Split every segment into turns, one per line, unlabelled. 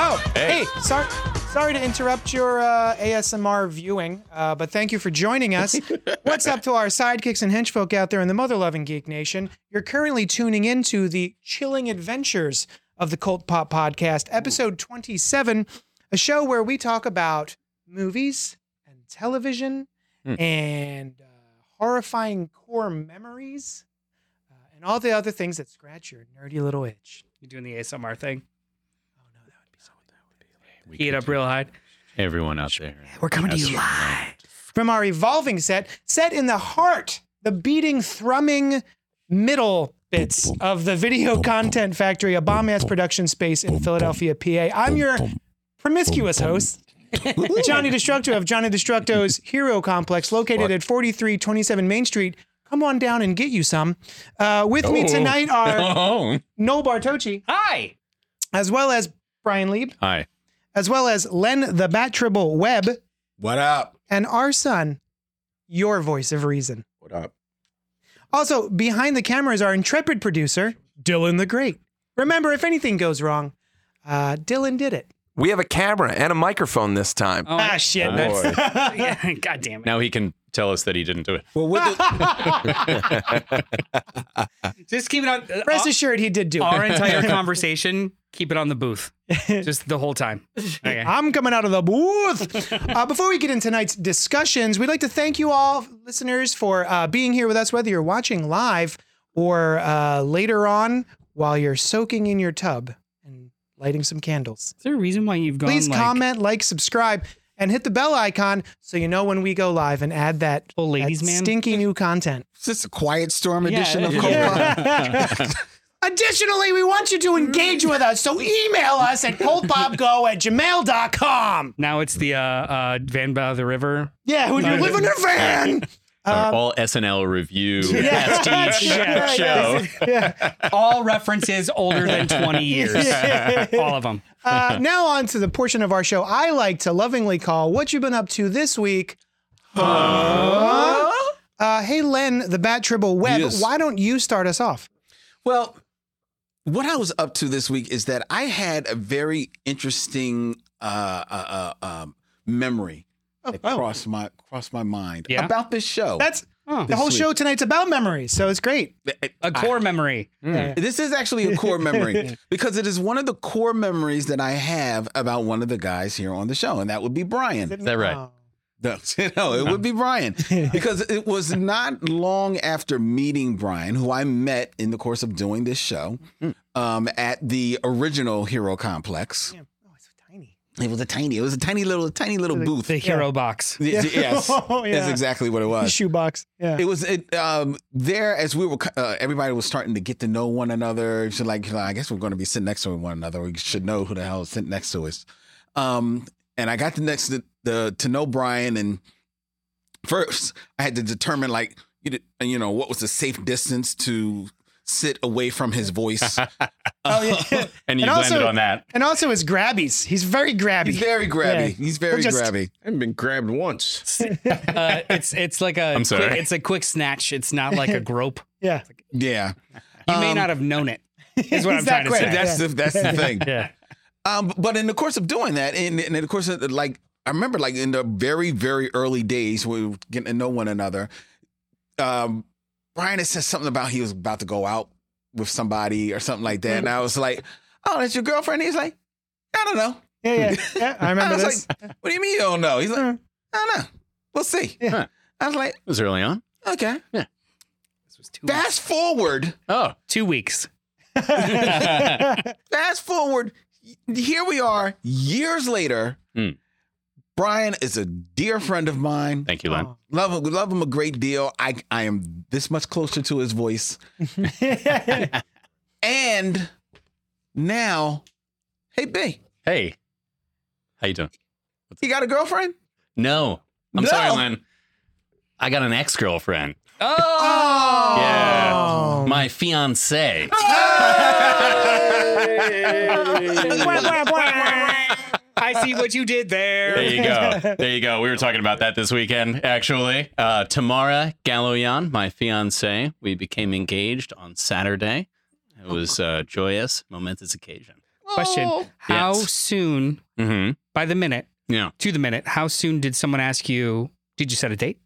Oh, hey, sorry, sorry to interrupt your uh, ASMR viewing, uh, but thank you for joining us. What's up to our sidekicks and henchfolk out there in the mother-loving geek nation? You're currently tuning into the chilling adventures of the Cult Pop Podcast, episode 27, a show where we talk about movies and television and uh, horrifying core memories uh, and all the other things that scratch your nerdy little itch.
You're doing the ASMR thing.
Oh no, that would be so.
Heat up real high.
Everyone out there.
We're coming to you
That's-
live from our evolving set, set in the heart, the beating, thrumming middle bits of the Video Content Factory, a bomb ass production space in Philadelphia, PA. I'm your promiscuous host. Johnny Destructo of Johnny Destructo's Hero Complex, located at 4327 Main Street. Come on down and get you some. Uh, with me
Oh.
tonight are
Oh.
Noel Bartocci,
Hi.
as well as Brian Lieb,
Hi.
as well as Len the Bat Tribble Webb,
What up?
and our son, your voice of reason.
What up?
Also, behind the camera is our intrepid producer, Dylan the Great. Remember, if anything goes wrong, uh, Dylan did it.
We have a camera and a microphone this time.
Oh,
Ah, shit.
Oh,
that's-
Ah, yeah. God damn it.
Now he can tell us that he didn't do it.
Well, with the,
Just keep it on. uh,
Rest assured, he did do
our
it.
entire conversation, keep it on the booth. Just the whole time. Okay.
I'm coming out of the booth. Uh, before we get into tonight's discussions, we'd like to thank you all, listeners, for uh, being here with us, whether you're watching live or uh, later on while you're soaking in your tub and lighting some candles.
Is there a reason why you've gone
please
like,
comment, like, subscribe, and hit the bell icon so you know when we go live and add that,
Old ladies
that
man?
stinky new content.
is this a Quiet Storm
Yeah,
edition of
yeah.
Cold Pop?
Additionally, we want you to engage with us, so email us at coldbobgo at gmail.com.
Now it's the uh, uh, Van by the River.
Yeah, when you live in a van.
Our all SNL review.
Yeah, that's
yeah,
show.
yeah.
All references older than 20 years. All of them.
Uh, now on to the portion of our show I like to lovingly call "What You Been Up To This Week." Huh? Uh, hey, Len, the Bat Tribble Web,
Yes.
why don't you start us off?
Well, what I was up to this week is that I had a very interesting uh, uh, uh, um, memory
Oh,
that
oh.
crossed my crossed my mind
Yeah?
about this show.
That's
Oh.
the whole
This
show tonight's about memories, so it's great.
A core memory.
eh, This is actually a core memory because it is one of the core memories that I have about one of the guys here on the show, and that would be Brian.
Is that right?
Oh.
No, no, it would be Brian because it was not long after meeting Brian, who I met in the course of doing this show
Mm.
um, at the original Hero Complex.
Damn. Oh, it's so tiny.
It was a tiny, it was a tiny little, tiny little booth.
The hero box.
Y- Yes,
Oh,
that's
yeah.
exactly what it was.
Shoebox. Yeah.
It was it, um, there as we were. Uh, everybody was starting to get to know one another. So like, you know, I guess we're going to be sitting next to one another. We should know who the hell is sitting next to us. Um, and I got to next to the to know Brian, and first I had to determine like you did- you know what was the safe distance to sit away from his voice.
Oh, yeah.
And you
And
landed
also-
on that.
and also his grabbies. He's very grabby.
He's very grabby.
Yeah.
He's very
We're just-
grabby.
I haven't been grabbed once.
Uh, it's it's like a
I'm sorry.
Quick, it's a quick snatch. It's not like a grope.
yeah.
Yeah,
You may
Um,
not have known it. Is what
He's
I'm
that
trying to
quick.
say.
that's the that's the thing.
yeah.
Um, but in the course of doing that, and in, in the course of like, I remember like in the very, very early days, we were getting to know one another. Um, Brian had said something about he was about to go out with somebody or something like that. And I was like, oh, that's your girlfriend? He's like, I don't know.
Yeah, yeah. yeah I
I
remember
was
this.
like, what do you mean you don't know? He's like,
Uh.
I don't know. We'll see.
Yeah.
Huh.
I was like,
It was early on.
okay.
This was two weeks.
Fast forward,
Oh.
Two weeks.
fast forward. Here we are years later.
Hmm.
Brian is a dear friend of mine.
Thank you, Len.
Love him, love him a great deal. I I am this much closer to his voice,
Oh.
and Now, hey B,
Hey, how you doing?
you got a girlfriend?
No, I'm
No.
sorry, Len. I got an ex girlfriend.
Oh,
Yeah, my fiance.
I see what you did
There
there.
you go. There you go. We were talking about that this weekend, actually. Uh, Tamara Galoyan, my fiance, we became engaged on Saturday. It was a joyous, momentous occasion. Oh,
Question: How
Yes.
soon,
Mm-hmm.
by the minute,
Yeah.
to the minute, how soon did someone ask you? Did you set a date?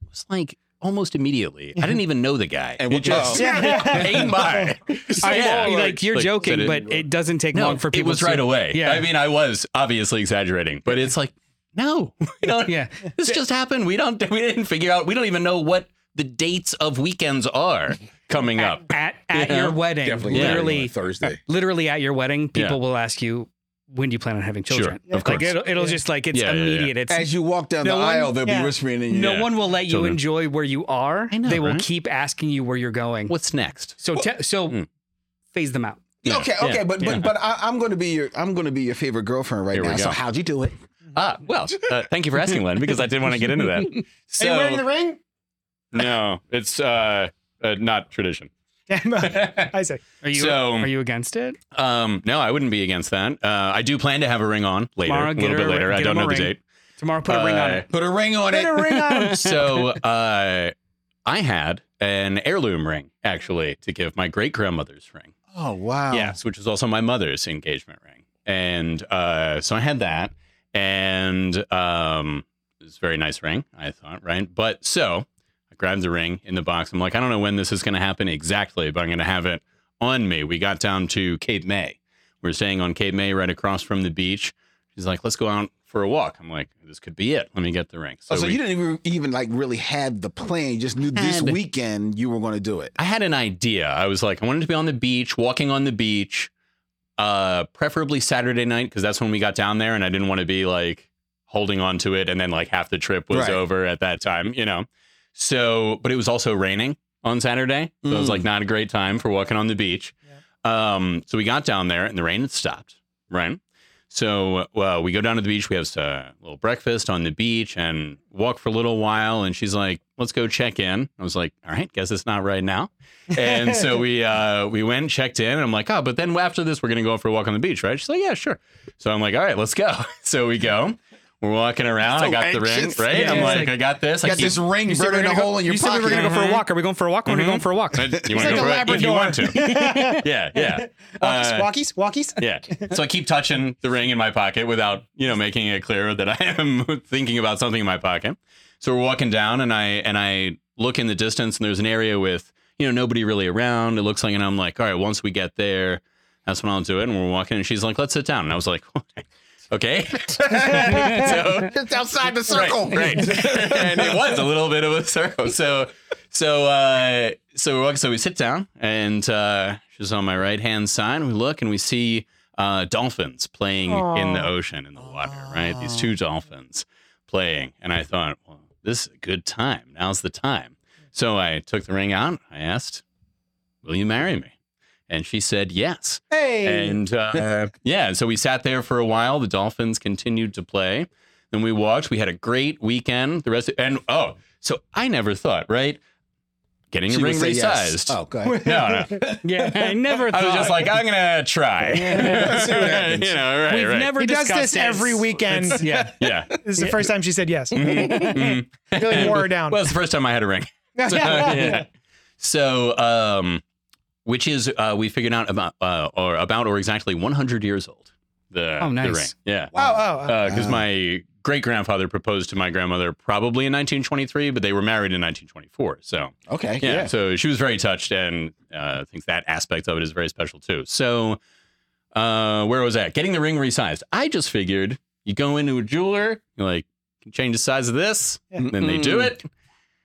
It was like almost immediately. I didn't even know the guy.
And
it
we
just
Yeah.
came
I-
by. Oh, Yeah.
like you're
Like,
joking,
said it-
but it doesn't take
No,
long for
it
people.
was
to,
right away.
Yeah.
I mean, I was obviously exaggerating, but it's like, no, we don't,
Yeah.
this just happened. We don't. We didn't figure out. We don't even know what the dates of weekends are coming up.
At at
Yeah.
your wedding,
Definitely
Yeah.
literally, uh,
on Thursday.
literally at your wedding, people
Yeah.
will ask you when do you plan on having
Sure,
children.
of
like
course.
it'll, it'll just like it's
Yeah, yeah, yeah.
immediate. It's
As you walk down
No
the
one-
aisle, they'll
yeah.
be whispering in your
no
ear.
one will let you
Children.
enjoy where you are.
I know,
they will
right?
keep asking you where you're going.
What's next?
So te- so
Mm.
phase them out.
Yeah.
Okay,
Yeah.
okay, but
Yeah.
but but I, I'm going to be your I'm going to be your favorite girlfriend right
Here we
now.
go.
So how'd you do it?
Ah, well, uh, thank you for asking, Len, because I did want to get into that.
Are you wearing the
So
ring?
no, it's uh, uh, not tradition.
Damn, I say.
Are you
So-
are you against it?
Um, no, I wouldn't be against that. Uh, I do plan to have a ring on later,
Tomorrow,
a
get
little
her
bit
a-
later. I
get
don't
him a
know the
ring.
date.
Tomorrow put a ring on
Uh,
it.
Put a ring on
Put
it.
a ring on.
so uh, I had an heirloom ring actually to give my great grandmother's ring.
Oh wow.
Yes, which was also my mother's engagement ring, and uh, so I had that, and um, it was a very nice ring, I thought, right? But so I grabbed the ring in the box. I'm like, I don't know when this is going to happen exactly, but I'm going to have it on me. We got down to Cape May. We are staying on Cape May, right across from the beach. She's like, let's go out for a walk. I'm like, this could be it. Let me get the ring.
So, oh, so
we-
you didn't even, even like really have the plan. You just knew this
Had.
weekend you were going to do it.
I had an idea. I was like, I wanted to be on the beach, walking on the beach, uh, preferably Saturday night because that's when we got down there, and I didn't want to be like holding on to it, and then like half the trip was
Right.
over at that time, you know. So, but it was also raining on Saturday, so it was
Mm.
like not a great time for walking on the beach. Um, so we got down there, and the rain had stopped, right? So uh, we go down to the beach. We have uh, a little breakfast on the beach and walk for a little while. And she's like, "Let's go check in." I was like, "All right, guess it's not right now." And so we uh, we went and checked in. And I'm like, "Oh, but then after this, we're gonna go for a walk on the beach, right?" She's like, "Yeah, sure." So I'm like, "All right, let's go." So we go. We're walking around.
So
I got
anxious.
the ring, right?
Yeah,
I'm
it's
like,
like-
"I got this."
You
I
got
keep-
this ring
said we were
burning a
gonna go-
hole in your
you said
pocket.
we were going to go for a walk. Are we going for a walk? We're going to go for a walk.
You
like
want to
a
go for it? If you
Labrador.
want to, yeah, yeah. Uh,
walkies, walkies.
yeah. So I keep touching the ring in my pocket without, you know, making it clear that I am thinking about something in my pocket. So we're walking down and I and I look in the distance and there's an area with, you know, nobody really around. It looks like and I'm like, all right, once we get there, that's when I'll do it. And we're walking and she's like, let's sit down. And I was like, okay. so
It's outside the circle.
Right. right. and it was a little bit of a circle. So so uh so we walk, so we sit down and uh she's on my right hand side. We look and we see uh dolphins playing in the
Aw.
ocean in the water, right? These two dolphins playing. And I thought, well, this is a good time. Now's the time. So I took the ring out. I asked, Will you marry me? And she said yes.
Hey.
And uh, yeah, and so we sat there for a while. The Dolphins continued to play. Then we walked. We had a great weekend. The rest and oh, so I never thought, right? Getting
She
a
would
ring
say
resized.
yes. Oh, go ahead.
No, no.
Yeah, I never thought.
I was just like, I'm gonna try.
See what happens.
you know, right,
we've
right.
never
He does
discussed
this every weekend.
It's- yeah.
yeah.
This is the first time she said yes.
Mhm.
Really wore her down.
Well, it's the first time I had a ring. So, yeah. So, um, which is uh, we figured out about uh, or about or exactly 100 years old. The,
Oh,
the
nice.
ring. Yeah.
Oh, oh, oh.
because
Wow.
Uh, my great grandfather proposed to my grandmother probably in 1923, but they were married in 1924. So
Okay.
yeah, so she was very touched, and uh, thinks that aspect of it is very special too. So uh, where was that? Getting the ring resized. I just figured you go into a jeweler, you're like change the size of this, and then they do it.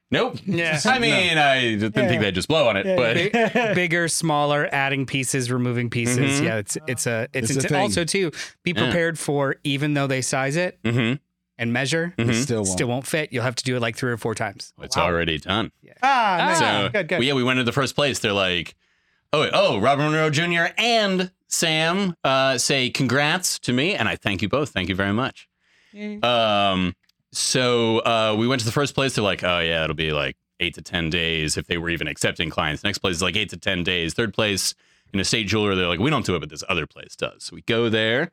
Nope.
Yeah.
I mean, I didn't
Yeah.
think they'd just blow on it,
Yeah,
but
yeah.
bigger, smaller, adding pieces, removing pieces.
Mhm.
Yeah, it's it's a it's,
It's a
inten-
thing.
also too be
Yeah.
prepared for even though they size it
Mhm,
and measure,
It
mhm.
Still
it
won't.
still won't fit. You'll have to do it like three or four times.
it's already done.
ah, nice.
So
good, good.
Oh, well, yeah, we went to the first place. They're like, Oh, wait, oh, Robert Monroe Jr. and Sam uh, say congrats to me, and I thank you both. Thank you very much. Um, so uh, we went to the first place. They're like, oh yeah, it'll be like eight to ten days if they were even accepting clients. Next place is like eight to ten days. Third place in a state jeweler, they're like, we don't do it, but this other place does. So we go there.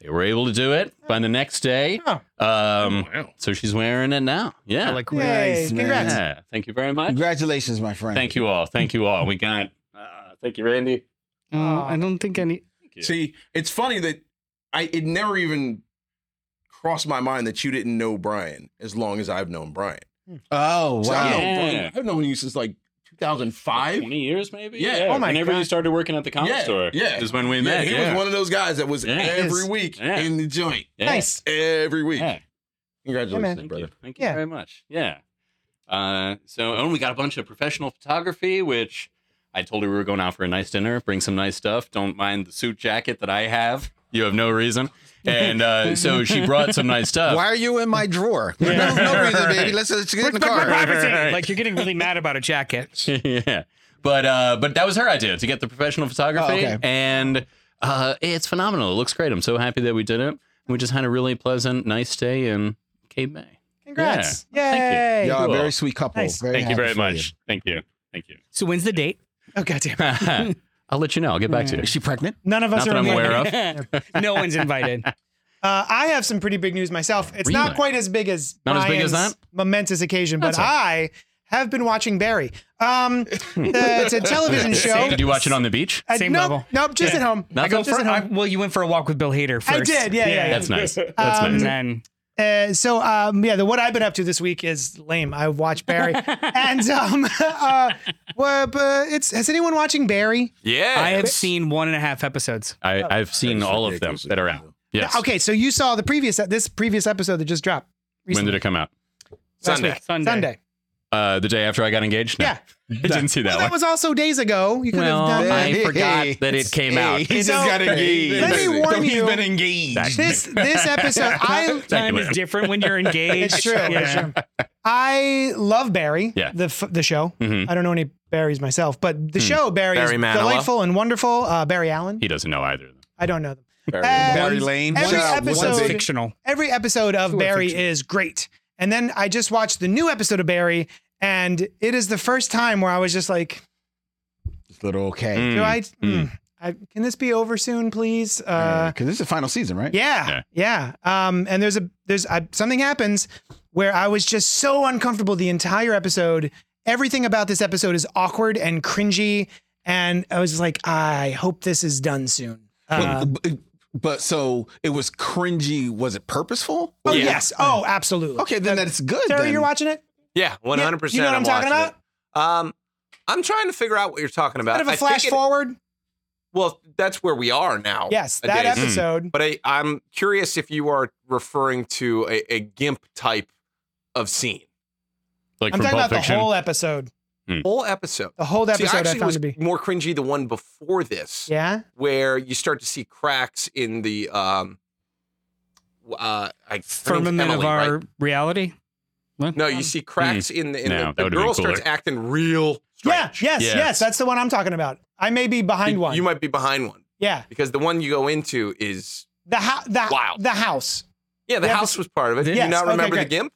They were able to do it by the next day.
Oh.
Um,
wow.
so she's wearing it now. Yeah.
I like
Yay,
man.
congrats.
yeah. Thank you very much.
Congratulations, my friend.
Thank you all. Thank you all. We got. Uh, thank you, Randy.
Oh, I don't think any.
Yeah.
See, it's funny that I it never even crossed my mind that you didn't know Brian as long as I've known Brian.
Oh
So I've,
wow.
Yeah.
known Brian I've known you since like 2005.
20 years maybe
Yeah.
Oh my
whenever you
God.
started working at the comic
Yeah,
store
yeah.
is when we
Yeah,
met
he
yeah.
was one of those guys that was
Yeah.
every
Yes.
week
Yeah.
in the joint
Yeah.
Nice.
every week.
yeah.
Yeah,
Congratulations,
thank you
brother.
thank you
Yeah.
very much yeah uh, so and we got a bunch of professional photography which i told her we were going out for a nice dinner bring some nice stuff don't mind the suit jacket that i have you have no reason and uh, so she brought some nice stuff
Why are you in my drawer? No, no reason, baby. Let's, let's get in the
Respect my
car.
privacy. Like you're getting really mad about a jacket.
yeah. But uh, but that was her idea to get the professional photography,
Oh, okay.
and uh, it's phenomenal. It looks great. I'm so happy that we did it. We just had a really pleasant, nice stay in Cape May.
Congrats.
Yeah.
Yay.
Thank
Y'all are a
Cool.
very sweet couple.
Nice.
Very
Thank you
happy
very
for
much. Thank you. Thank you.
So when's the date?
Oh goddamn.
I'll let you know. I'll get back to you.
Is she pregnant?
None of us
Not that
are
I'm
invited.
aware of.
no one's invited.
Uh, I have some pretty big news myself. It's not
Really?
quite as big as
Not as big as
Brian's
that?
momentous occasion,
That's
but
all
I have been watching Barry. Um, it's a television show.
Did you watch it on the beach?
I-
Same
nope,
level.
Nope, just
Yeah.
at home.
Not
Nope,
so
just at
I-
home.
well, you went for a walk with Bill Hader first.
I did, yeah, yeah, yeah.
That's nice. That's
Um,
And
nice.
then
Uh, so um, yeah, the what I've been up to this week is lame. I watched Barry, and um, uh, well, but it's has anyone watching Barry?
Yeah.
I have seen one and a half episodes.
I, I've seen
That's
all of them
ridiculous.
that are out. Yes.
Okay, so you saw the previous this previous episode that just dropped.
When
Recently,
did it come out?
last
Sunday.
week.
Sunday.
Sunday.
Uh, the day after I got engaged. No.
Yeah.
I didn't see that
That
one.
was also days ago. You could
Well,
have done that.
I
Hey,
forgot
hey.
that it came
Hey,
out.
He just
So-
got engaged.
Let me warn
He's
you.
been engaged.
this this episode I
Time is
Exactly.
different when you're engaged.
it's true. It's
Yeah.
true. I love Barry.
Yeah.
The f- the show.
Mm-hmm.
Mhm.
I don't know any Barrys myself, but the
Hmm.
show Barry,
Barry
is
Manilow.
delightful and wonderful. Uh, Barry Allen.
He doesn't know either.
I don't know them.
Barry.
Uh,
Barry
One's-
Lane.
every
Shout out.
episode-
One's
One's
So-
fictional.
Every episode of
Two are
Barry
fictional.
is great. And then I just watched the new episode of Barry, and it is the first time where I was just like,
It's little okay.
do
Mm.
I,
Hmm.
mm, I can this be over soon, please? Uh,
Because this is the final season, right?
Yeah, yeah. Um, and there's a there's I, something happens where I was just so uncomfortable the entire episode. Everything about this episode is awkward and cringy, and I was just like, I hope this is done soon. Uh,
but, but- but so it was cringy. Was it purposeful?
oh yes, oh absolutely.
Okay, then that's good.
Sarah,
then.
you're watching it.
yeah, 100%.
You know what I'm talking
watching it. Um, I'm trying to figure out what you're talking about.
Kind of
I
a
think
flash
it- Oh,
forward.
Well, that's where we are now.
Yes, that
Hmm.
nowadays.
episode.
But I, I'm curious if you are referring to a, a GIMP type of scene.
Like
I'm
from
talking
Pulp
about
Fiction.
the whole episode.
Whole episode.
The whole episode
See, I
I
actually
found
was
to be.
more cringy the one before this.
Yeah.
where you start to see cracks in the um w- uh I, her name's
Firmament of
Emily,
our
right?
reality.
no
Mm.
you see cracks in the in
Hmm. No, that
the, the
would've been
girl starts
cooler.
acting real
Yeah.
strange.
Yes.
Yes.
Yes. That's the one I'm talking about. I may be behind
you,
one.
you might be behind one
yeah.
because the one you go into is
The house. the,
Wow.
the house.
yeah the
Yeah,
house was part of it Do
Yes,
you not
okay,
remember
great.
the gimp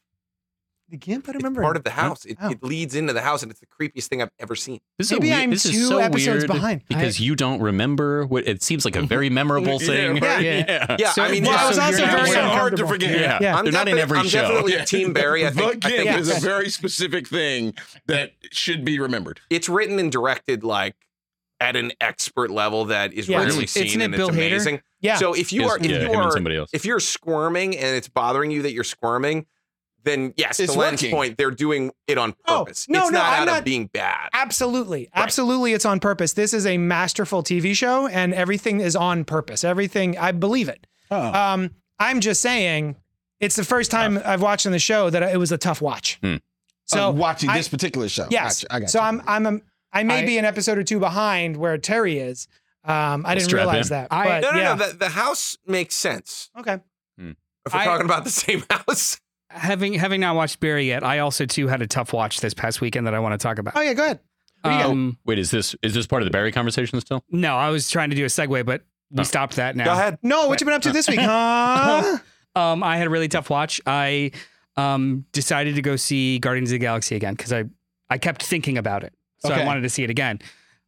The gimp. I don't
it's
remember.
part of the house it,
Oh.
it leads into the house and it's the creepiest thing I've ever seen
This
Maybe
a
I'm
this
two
is so
episodes
weird
behind.
because you don't remember what it seems like a very memorable thing.
right. Yeah.
yeah
So-
I mean
Well,
yeah,
I was
so
also
you're not-
very
yeah.
uncomfortable.
hard to forget.
Yeah.
Yeah.
I'm
They're not in
definite-
every
I'm
show.
definitely
Yeah.
a team Barry I
The
think, I
gimp
think
is a very specific thing that should be remembered.
it's written and directed like at an expert level that is
Yeah.
rarely
Isn't-
seen
isn't it
and
Bill
it's
Hader?
amazing
Yeah.
so if you
Is-
are if
yeah,
you
him and
are
somebody else.
if you're squirming and it's bothering you that you're squirming, then yes,
It's
to Len's
working.
point, they're doing it on
Oh,
purpose.
no,
it's
no,
not
I'm
out
not-
of being bad.
Absolutely. Absolutely. It's on purpose. This is a masterful TV show and everything is on purpose. Everything, I believe it.
Oh.
Um, I'm just saying it's the first time I've watched on the show that it was a tough watch.
Hmm.
So
Oh, watching
I-
this particular show.
Yes.
Gotcha, I got
so
you.
I'm, I'm, a, I may
I-
be an episode or two behind where Terry is. Um, I didn't
strap
realize
in.
that.
I-
but
No, no,
yeah.
no. The, the house makes sense
okay.
if we're
I-
talking about the same house.
Having having not watched Barry yet, I also too had a tough watch this past weekend that I want to talk about.
Oh yeah. Go ahead.
Um,
Wait, is this is this part of the Barry conversation still?
no, I was trying to do a segue, but we stopped that now.
Oh. Go ahead.
No, what you been up to this week, huh?
Um, I had a really tough watch. I um, decided to go see Guardians of the Galaxy again because I, I kept thinking about it. So
Okay.
I wanted to see it again.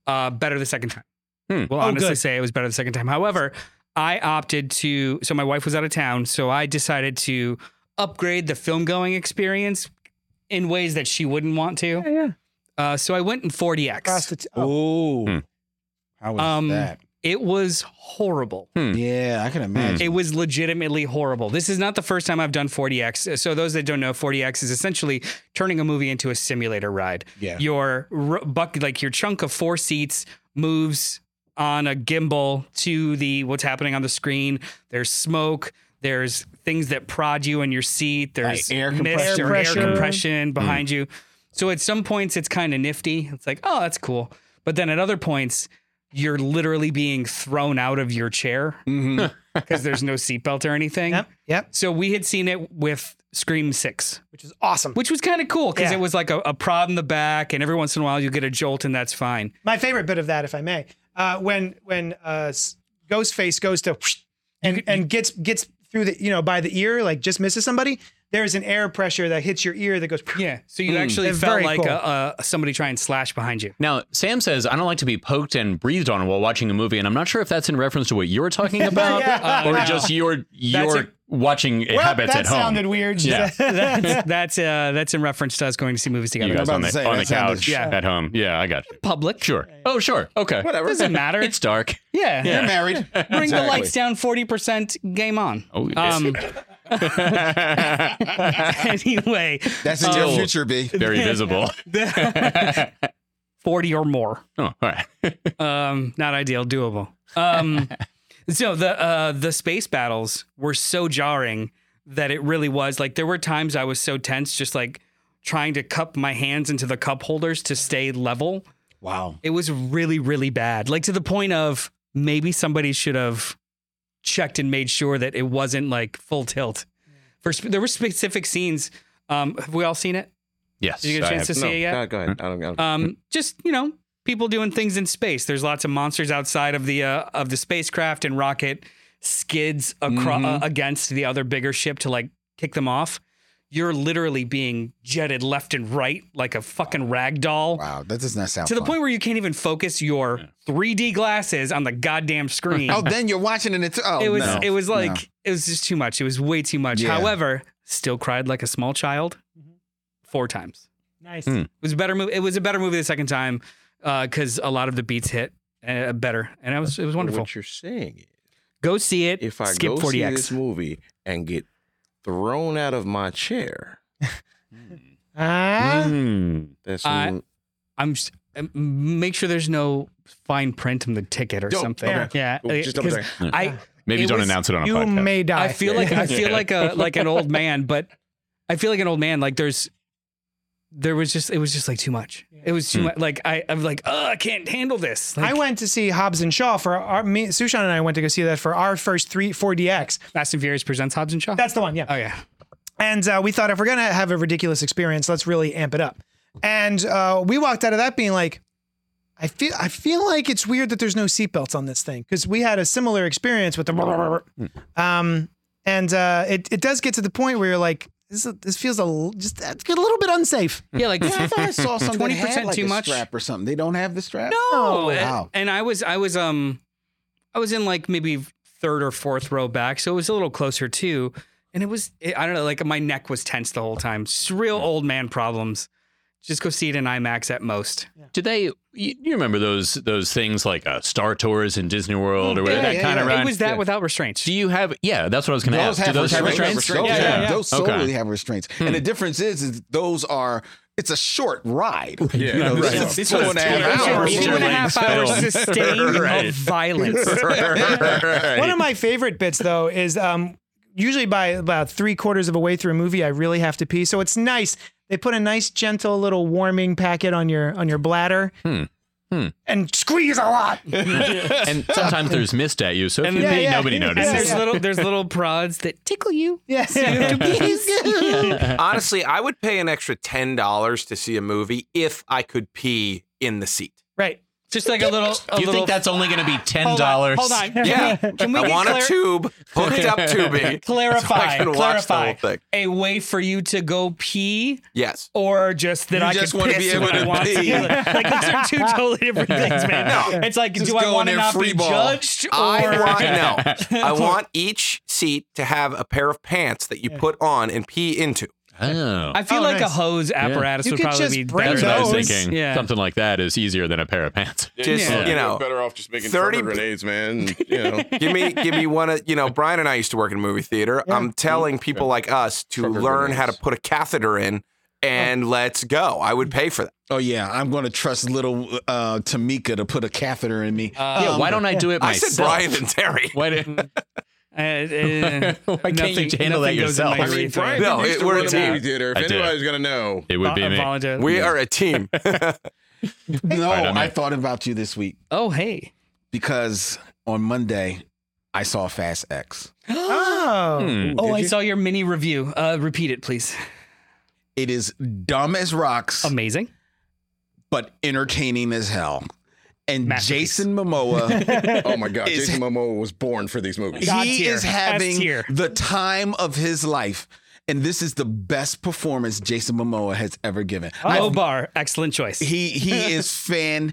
Uh, better the second time.
Hmm.
Well,
Oh,
honestly
good.
say it was better the second time. However, I opted to, so my wife was out of town. So I decided to upgrade the film going experience in ways that she wouldn't want to.
yeah, yeah.
Uh, so I went in 40X.
Prostitute. Oh,
Oh,
Hmm.
how was
Um,
that?
It was horrible.
hmm.
Yeah, I can imagine.
It was legitimately horrible. This is not the first time I've done 40X. So, those that don't know, 40X is essentially turning a movie into a simulator ride.
Yeah.
Your r- buck, like your chunk of four seats moves on a gimbal to the what's happening on the screen. There's smoke. There's things that prod you in your seat. There's
air Mm.
mist
compression.
or air
Pressure.
compression behind you. So at some points it's kind of nifty. It's like, oh, that's cool. But then at other points, you're literally being thrown out of your chair
Mm-hmm.
Mhm.
because there's no seatbelt or anything.
yep, yep,
So we had seen it with Scream Six,
which is awesome.
which was kind of cool because
Yeah.
it was like a, a prod in the back, and every once in a while you get a jolt, and that's fine.
My favorite bit of that, if I may, uh, when when uh, s- Ghostface goes to and and gets gets through the you know by the ear, like just misses somebody. There's an air pressure that hits your ear that goes.
Yeah. So
Hmm.
you actually
They're
felt
very
like
cool.
a, a, somebody trying to slash behind you.
Now, Sam says I don't like to be poked and breathed on while watching a movie, and I'm not sure if that's in reference to what you're talking about
Yeah.
or
Uh,
just your your
a-
watching
Well,
habits
that
at home.
sounded weird.
Yeah.
That's that's, uh, that's in reference to us going to see movies
you
together.
guys
about
on
to
the,
say,
on the
that sounded-
couch
Yeah.
at home. Yeah, I got you.
Public.
Sure. Oh, sure. Okay.
Whatever.
Doesn't matter.
It's dark.
yeah.
You're married.
Bring
Exactly.
the lights down forty percent. Game on. Um,
Oh, yes.
anyway,
That's in
Oh.
your future, B.
Very visible.
forty or more.
Oh, all right.
um, not ideal, doable. Um, so the uh, the space battles were so jarring that it really was like there were times I was so tense, just like trying to cup my hands into the cup holders to stay level.
Wow.
It was really, really bad. Like to the point of maybe somebody should have checked and made sure that it wasn't like full tilt. For sp- there were specific scenes. Um, have we all seen it?
Yes.
Did you get
I
a chance to
have-
see it yet?
No, go ahead. I don't, I don't,
um, just you know people doing things in space there's lots of monsters outside of the uh, of the spacecraft and rocket skids acro-
Mm-hmm.
uh, against the other bigger ship to like kick them off you're literally being jetted left and right like a fucking rag doll
Wow. That does not sound
to the
fun.
point where you can't even focus your 3d glasses on the goddamn screen
Oh, then you're watching and it's oh
it was
no.
it was
No.
like it was just too much it was way too much
Yeah. Mm-hmm.
however still cried like a small child four times
Nice.
Hmm.
it was a better movie. It was a better movie the second time because a lot of the beats hit uh, better, and it was it was wonderful.
What you're saying is,
Go see it.
if I
skip
go
40x.
see this movie and get thrown out of my chair,
Ah,
Hmm.
that's
I-
when-
I'm s- um, make sure there's no fine print on the ticket or
Don't-
something.
yeah.
Yeah,
Oh, just don't
because
say.
I
Maybe
It
don't
was-
announce it Hmm. on a
you
podcast.
may die.
I feel like I feel
Yeah.
like a like an old man, but I feel like an old man. Like there's there was just it was just like too much. It was too
Hmm.
much. Like I I'm like oh I can't handle this. Like,
I went to see Hobbs and Shaw for our me, Sushan and I went to go see that for our first three 4DX.
Fast and Furious presents Hobbs and Shaw.
That's the one, yeah.
oh yeah.
And uh, we thought if we're gonna have a ridiculous experience, let's really amp it up. And uh, we walked out of that being like, I feel I feel like it's weird that there's no seatbelts on this thing because we had a similar experience with the, um, and uh, it it does get to the point where you're like, this this feels a l- just a little bit unsafe.
Yeah, like
I thought I saw something. Twenty
20%
percent like
too
a
much.
Strap or something. They don't have the strap.
No.
Oh,
and,
wow.
and I was I was um I was in like maybe third or fourth row back, so it was a little closer too. And it was it, I don't know, like my neck was tense the whole time. Just real old man problems. Just go see it in IMAX at most.
Do they? You, you remember those those things like uh, Star Tours in Disney World
Oh,
or whatever?
yeah,
that
yeah,
kind
yeah.
of
It
run.
It was that without restraints.
Do you have? Yeah, that's what I was going to ask.
Those
Do
have
those have
restraints.
restraints?
Those,
Yeah,
have-
yeah, yeah.
those
Okay. Hmm.
totally have restraints. And the difference is, is those are it's a short ride. Yeah, you know,
Right.
this is
This
two
was
and a
two
half hours.
hours.
Two and a half hours
Right.
sustained
Right.
of violence.
One of my favorite bits, though, is um, usually by about three quarters of a way through a movie, I really have to pee. So it's nice. They put a nice, gentle little warming packet on your on your bladder and squeeze a lot.
and sometimes there's mist at you, so if you
Yeah,
pee,
yeah.
nobody
And
And
notices.
there's little there's little prods that tickle you.
Yes.
Uh-huh.
Honestly, I would pay an extra ten dollars to see a movie if I could pee in the seat.
Right.
Just like a little. A
you
little
think that's only going to be ten
Hold on.
dollars?
Hold on.
Yeah.
Can we
I
get
want
clar-
a tube hooked up to me. so I
clarify?
can watch the
clarify.
whole thing.
A way for you to go pee,
Yes.
or just that
You
I
just
can
wanna
piss
be able
when I
to
want
pee.
to. Like these are two totally different things, man.
No.
It's like,
Just
do I
go in
want to
there
not
free
be
ball.
judged? Or
I want no. I want each seat to have a pair of pants that you put on and pee into.
Oh.
I feel
Oh,
like
nice.
a hose apparatus
You
would
could
probably
just
be
bring
That's
better.
what I
Those-
was thinking.
Yeah.
Something like that is easier than a pair of pants.
Just,
Yeah.
you know,
You're better off just making
30
30 grenades, man. You know,
give me give me one of you know brian and i used to work in a movie theater i'm telling people like us to
Trucker
learn how to
grenades.
put a catheter in and let's go i would pay for that
Oh yeah, I'm going to trust little uh, Tamika to put a catheter in me.
yeah, why don't I do it
i
myself?
said brian and terry
Why didn't
Uh, uh,
Why can't
nothing-
you
nothing
handle that
goes in
yourself?
my
I mean,
urethra.
Brian
No,
used
it-
to
we're
run
a
a
team.
movie theater. If
I did.
anybody's gonna know,
it would be
I
me?
apologize.
we are a team
No,
Right, I'm
I
in.
thought about you this week
Oh, hey.
because on Monday I saw Fast X.
Oh.
Hmm.
Oh,
Did
I
you?
saw your mini review. Uh, repeat it, please.
It is dumb as rocks,
Amazing.
but entertaining as hell. And
Masterpiece.
Jason Momoa,
oh my god,
It's-
Jason Momoa was born for these movies.
God
he
tier.
is
S
having
tier.
the time of his life. And this is the best performance Jason Momoa has ever given. I-
Low bar. Excellent choice.
He he is fan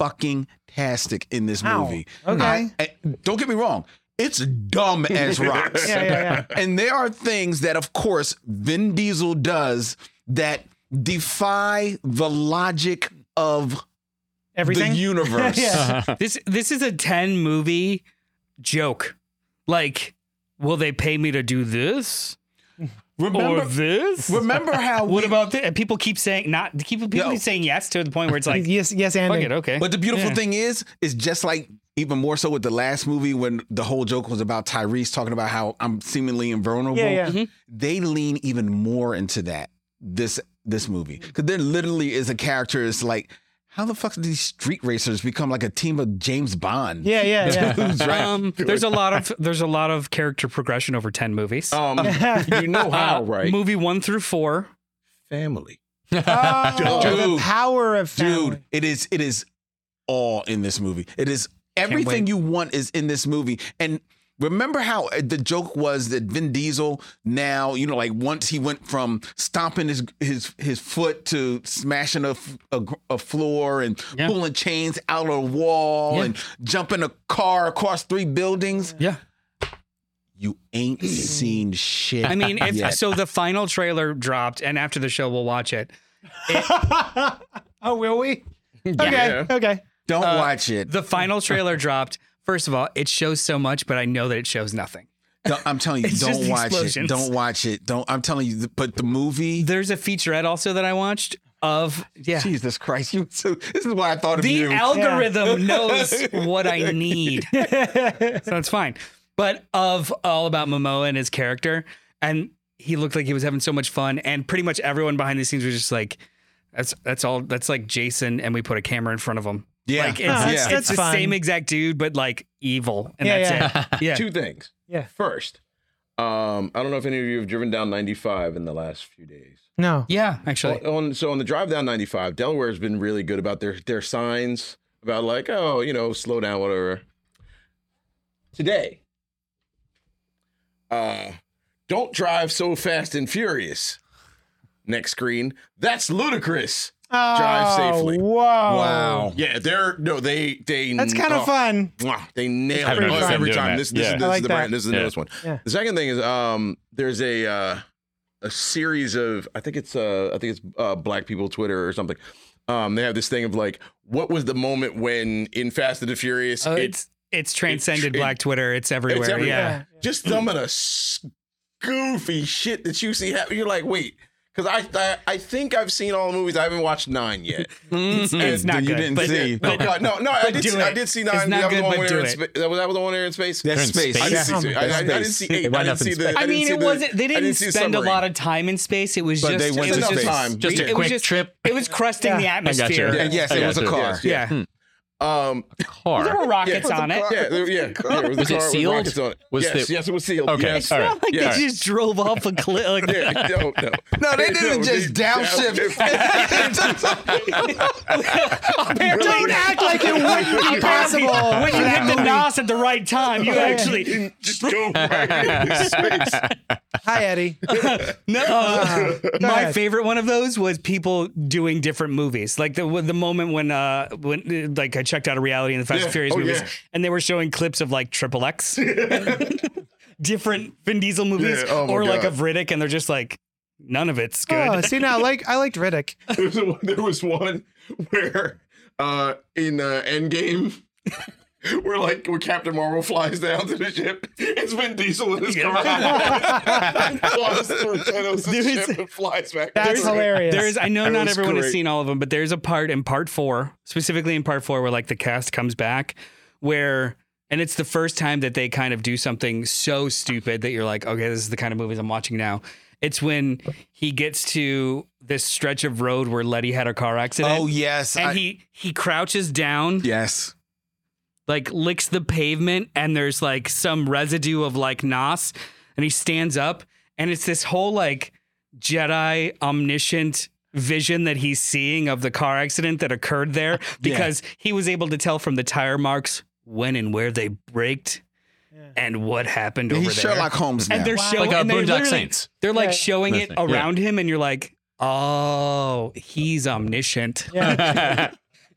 fucking tastic in this
Ow.
movie.
Okay.
I- I- don't get me wrong. It's dumb as rocks.
Yeah, yeah,
And there are things that of course Vin Diesel does that defy the logic of
Everything?
the universe.
Yeah.
this this is a 10 movie joke. Like, will they pay me to do this? or
Remember
this?
remember how
what
we-
about this? And people keep saying not people people
No.
keep saying yes to the point where it's like
yes, yes, and
fuck it, okay.
But the beautiful
Yeah.
thing is, is just like even more so with the last movie when the whole joke was about Tyrese talking about how I'm seemingly invulnerable.
Yeah, yeah.
Mm-hmm.
They lean even more into that this this movie because there literally is a character is like, how the fuck did these street racers become like a team of James Bond?
Yeah, yeah,
Who's right?
um, there's a lot of there's a lot of character progression over 10 movies.
Um,
yeah.
you know
Uh,
how, right?
Movie 1 through 4.
Family.
Oh,
Dude.
the power of family.
Dude, it is it is all in this movie. It is everything
wait.
you want is in this movie. And remember how uh, the joke was that Vin Diesel now, you know, like once he went from stomping his his his foot to smashing a, f- a gr- a floor and
Yeah.
pulling chains out of a wall
Yeah.
and jumping a car across three buildings.
Yeah.
You ain't seen shit.
I mean, if,
yet.
so the final trailer dropped, and after the show, we'll watch it.
Oh, will we? Okay, okay.
don't watch it.
uh, The final trailer dropped. First of all, it shows so much, but I know that it shows nothing.
Don't- I'm telling you,
It's just
don't watch
explosions.
it. Don't watch it. Don't. I'm telling you. But the movie.
There's a featurette also that I watched of yeah.
Jesus Christ, you too. This is why I thought of
The
you.
algorithm knows what I need. so that's fine. But of all about Momoa and his character, and he looked like he was having so much fun, and pretty much everyone behind the scenes was just like, that's that's all that's like Jason, and we put a camera in front of him.
yeah.
Like it's,
Huh,
it's,
that's- that's
the
fun.
same exact dude, but like evil. And
Yeah,
that's it. Yeah.
Two things.
Yeah.
First, um, I don't know if any of you have driven down 95 in the last few days.
No.
Yeah, actually.
On, on- so on the drive down 95, Delaware has been really good about their their signs about like, oh, you know, slow down, whatever. Today, uh, don't drive so fast and furious. Next screen, that's ludicrous. Drive
Oh,
safely.
Whoa.
Wow.
Yeah, they're no, they they.
That's kind of
oh,
fun.
mwah, They nail
I've
it
noticed them
every
doing
time.
that.
This,
Yeah.
this, is,
I
this
like
is the
that.
brand. This is the
Yeah.
newest one.
Yeah.
The second thing is um, there's a uh, a series of I think it's uh, I think it's uh, Black People Twitter or something. Um, they have this thing of like, what was the moment when in Fast and the Furious
Oh,
it-
it's it's transcended
it-
Black Twitter. It's everywhere.
it's everywhere.
Yeah.
Just some of the s- goofy shit that you see happen. You're like, wait, because I, I I think I've seen all the movies. I haven't watched nine yet.
It's, it's not
you
good.
didn't
but-
see.
No,
but-
God, no, no. I did
do
see,
it.
I did see
It's
nine.
not
that was
good,
the one
but
where
do
they're in
it.
spa- That was that was the one air in space.
That's
They're in
space.
space.
I didn't see.
Oh
two.
my
I, I, I
God.
didn't see eight.
They
I
went up
didn't
in
see the.
space.
I
didn't
mean,
see
it
the-
wasn't. They
I
didn't
see the
spend a
summary.
lot of time in space. It was
But
just
they went
it was
to
just,
space.
time.
Just
it
a
was
quick
just-
trip.
It was crusting the
I got
atmosphere.
you.
And yes,
I
it
got
was a
you.
car.
Yes,
Yeah.
yeah. Um,
There
car.
were rockets
Yeah.
on it.
yeah, there- yeah, yeah, It was, a
Was it
car with
sealed?
rockets on it.
Was
yes,
the-
yes, it was sealed.
Okay,
Yes.
all right.
Like
Yeah.
they just drove off a cliff. Like,
Yeah, no, no.
No, they
No,
didn't
they
just downshift.
Don't act like it wouldn't be possible.
When you hit the NOS at the right time, you actually
Didn't Just go right into space.
Hi, Eddie.
no. uh, my
ahead.
favorite one of those was people dodoing different movies, like the the moment when uh when uh, like I checked out a reality and the Fast
Yeah.
and Furious
Oh,
movies,
yeah.
and they were showing clips of like Triple X, different Vin Diesel movies,
Yeah, oh my
or like
God.
of Riddick, and they're just like none of it's good.
Oh, see now, like I liked Riddick.
there was a, there was one where uh in uh Endgame where like where Captain Marvel flies down to the ship, it's Vin Diesel in his
Yeah.
karate flies through
There
Thanos'
is-
ship and flies back.
That's
There's-
hilarious.
There is, I know
That
not
was
everyone has
great.
seen all of them, but there's a part in part four, specifically in part four, where like the cast comes back, where, and it's the first time that they kind of do something so stupid that you're like, okay, this is the kind of movies I'm watching now. It's when he gets to this stretch of road where Letty had a car accident.
oh yes,
And
I-
he he crouches down,
yes.
like licks the pavement, and there's like some residue of like nos, and he stands up, and it's this whole like Jedi omniscient vision that he's seeing of the car accident that occurred there because he was able to tell from the tire marks when and where they braked and what happened over
He's
there.
Sherlock Holmes now.
and they're showing
Like a
and they
Boondock
literally-
Saints.
They're like
Yeah.
showing it
Nothing. Yeah.
around him, and you're like, oh, he's omniscient.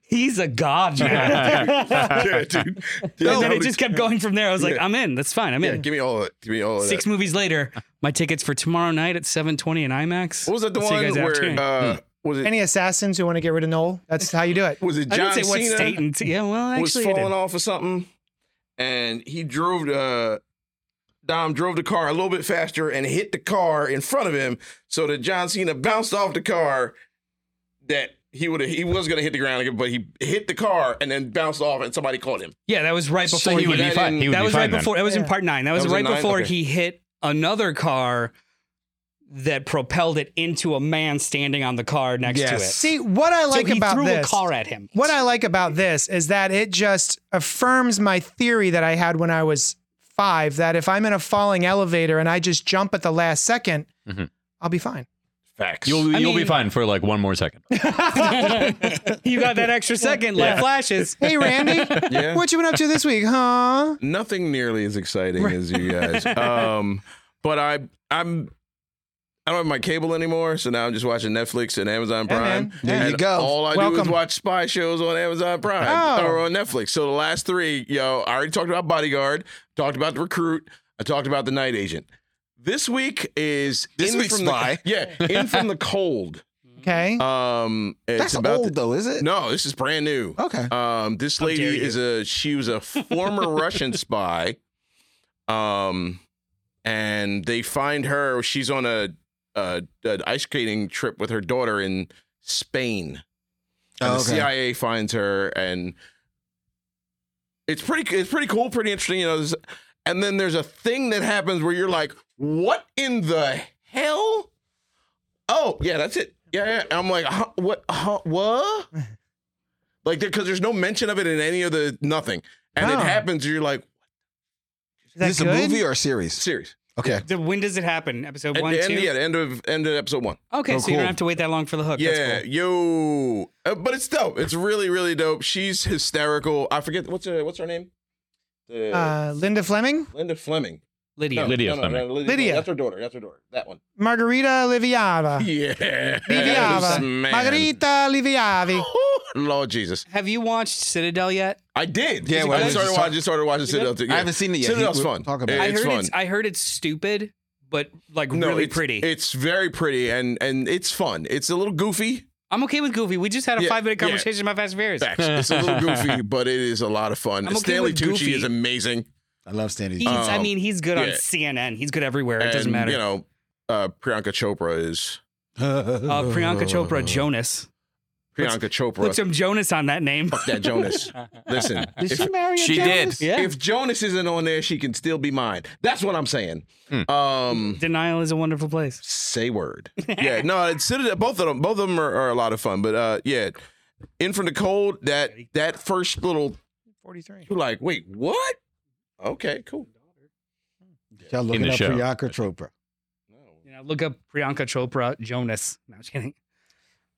He's a god now.
yeah, dude. Yeah,
and then
no,
it just kept going from there. I was like,
Yeah.
I'm in. That's fine. I'm
yeah,
in.
give me all of it. Give me all of
Six
that.
movies later, my tickets for tomorrow night at 7:20 in IMAX.
What was that the
I'll see you
one
guys after.
where uh was it
Any assassins who want to get rid of Noel? That's how you do it.
was it
I
John
didn't say what
Cena?
state. And yeah, well,
was
actually, I
falling
did.
off or something, and he drove the Dom drove the car a little bit faster and hit the car in front of him, so that John Cena bounced off the car. That he would he was gonna hit the ground again, but he hit the car and then bounced off, and somebody caught him.
yeah, that was right
So
before
he
he
would be
that
fine.
in-
He would
that
be
was
fine
right
then.
before. That was in
Yeah.
part nine. That was,
was in
right
nine?
before
Okay.
he hit another car that propelled it into a man standing on the car next to it.
Yes.
See what I like
so he
about
threw
this.
a car at him.
What I like about this is that it just affirms my theory that I had when I was five that if I'm in a falling elevator and I just jump at the last 2nd i
Mhm.
I'll be fine.
Facts.
You'll you'll be
mean-
fine for like one more second.
you got that extra second. Light flashes.
Hey, Randy,
Yeah.
what you been up to this week, huh?
nothing nearly as exciting as you guys. Um, but I I'm I don't have my cable anymore, so now I'm just watching Netflix and Amazon
Yeah,
Prime.
man.
There you
And
go.
All I do is
Welcome.
watch spy shows on Amazon Prime
Oh.
or on Netflix. So the last three, yo, I already talked about Bodyguard, talked about the Recruit, I talked about the Night Agent. This week is
This
in
week's
from the-
Spy.
yeah, in from the cold.
Okay.
Um, it's
That's
about
old though, is it?
The, no, this is brand new.
Okay.
Um, this lady is a she was a former Russian spy. Um, and they find her. She's on a, a an ice skating trip with her daughter in Spain. And
Oh,
the CIA finds her, and it's pretty it's pretty cool, pretty interesting. You know, there's- and then there's a thing that happens where you're like, "What in the hell?" Oh yeah, that's it. Yeah, yeah. And I'm like, huh, "What? Huh, what?" like, because there's no mention of it in any of the nothing, and it
Wow.
happens. You're like,
Is that
Is this
good?
a movie or a series?
"Serious."
Okay.
The- when does it happen? Episode
At
one,
the
two.
end, yeah, the end of end of episode one.
Okay,
Oh,
so you
cool.
don't have to wait that long for the hook.
Yeah,
Oh, That's cool.
yo, Uh, but it's dope. It's really, really dope. She's hysterical. I forget what's her what's her name. The-
Uh, Linda Fleming,
Linda Fleming.
Lydia.
No,
Lydia
no, no, no,
Fleming.
Lydia.
Lydia. Uh,
That's her daughter. That's her daughter. That one.
Margarita Liviava.
Yeah.
Liviava.
Man.
Margarita Liviavi.
Lord Jesus.
Have you watched Citadel yet?
I did.
Yeah, well,
I
I was
started
just
watching.
talk-
just started watching Citadel. Too.
I haven't seen it yet.
Citadel's
He- we'll
fun.
talk about it.
I
It's
heard
fun.
it's I heard it's stupid, but like
no,
really
it's,
pretty.
It's very pretty and and it's fun. It's a little goofy.
I'm okay with Goofy. We just had a
Yeah,
five minute
yeah.
conversation about Fast and Furious.
Facts. It's a little goofy, but it is a lot of fun.
I'm okay
Stanley
with
Tucci
goofy.
is amazing.
I love Stanley.
He's,
Tucci.
I
Um,
mean, he's good on
yeah.
CNN. He's good everywhere. it doesn't
And,
matter.
You know, uh, Priyanka Chopra is
uh, Priyanka Chopra Jonas.
Priyanka Chopra.
Put some Jonas on that name.
Fuck that Jonas. Listen, if,
marry
She did.
Yeah.
if Jonas isn't on there, she can still be mine. That's what I'm saying. Um,
Denial is a wonderful place.
say word. Yeah, no, it's Citadel. Both of them, both of them are, are a lot of fun. But uh, yeah, in from the cold. That that first little
43.
you're like, wait, what? Okay, cool.
Y'all looking
the
up
show.
Priyanka Chopra.
You know, look up Priyanka Chopra Jonas. No, I'm just kidding.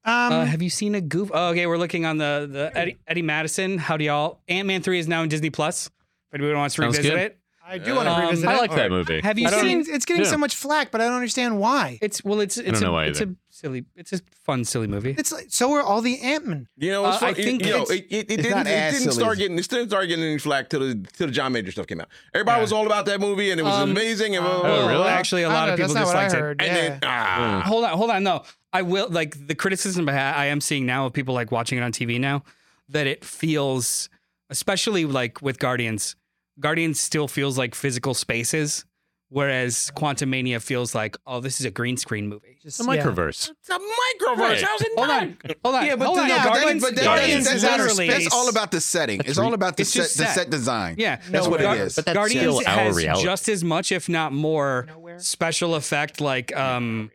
Um,
uh, have you seen a goof? Oh, okay, we're looking on the the Eddie, Eddie Madison. Howdy y'all. Ant Man three is now in Disney Plus. If anyone wants to
Sounds
revisit
good.
it,
I do want to
Um,
revisit
I
it.
I like that movie.
have you
I
It's
don't-
seen?
getting, it's getting
yeah.
so much flack, but I don't understand why.
It's well, it's it's
don't know
a
why
it's a silly, it's a fun silly movie.
It's like, so are all the Ant-Man.
You know,
Uh,
it's
I
fu-
think
you know,
it's-
it, it, it
it's
didn't,
not
it
as
didn't
silly
start
as-
getting it didn't start getting any flack till the till the John Major stuff came out. Everybody
Yeah.
was all about that movie and it was
Um,
amazing and blah, blah,
Oh,
blah,
really?
blah.
Actually, a
I
lot
don't
of
know,
people
that's not what
disliked
I
it.
heard.
And
yeah.
then ah,
Hold on, hold on. No, I will. Like the criticism I I am seeing now of people like watching it on TV now, that it feels, especially like with Guardians, Guardians still feels like physical spaces, whereas Quantum Mania feels like, oh, this is a green screen movie.
Just,
The
yeah.
microverse.
it's a microverse.
Right.
How's it
Hold
not?
on, hold on.
Yeah, but
hold
the-
on.
yeah, that is-
Guardians,
but that-
Guardians
that is-
is
that is-
literally
That's all about the setting. It's all about the
it's
set,
just
the
set.
set design.
Yeah,
That's
No,
what
Gar-
it is.
but that's
Guardians
still our
has
reality.
just as much, if not more,
Nowhere.
special effect like um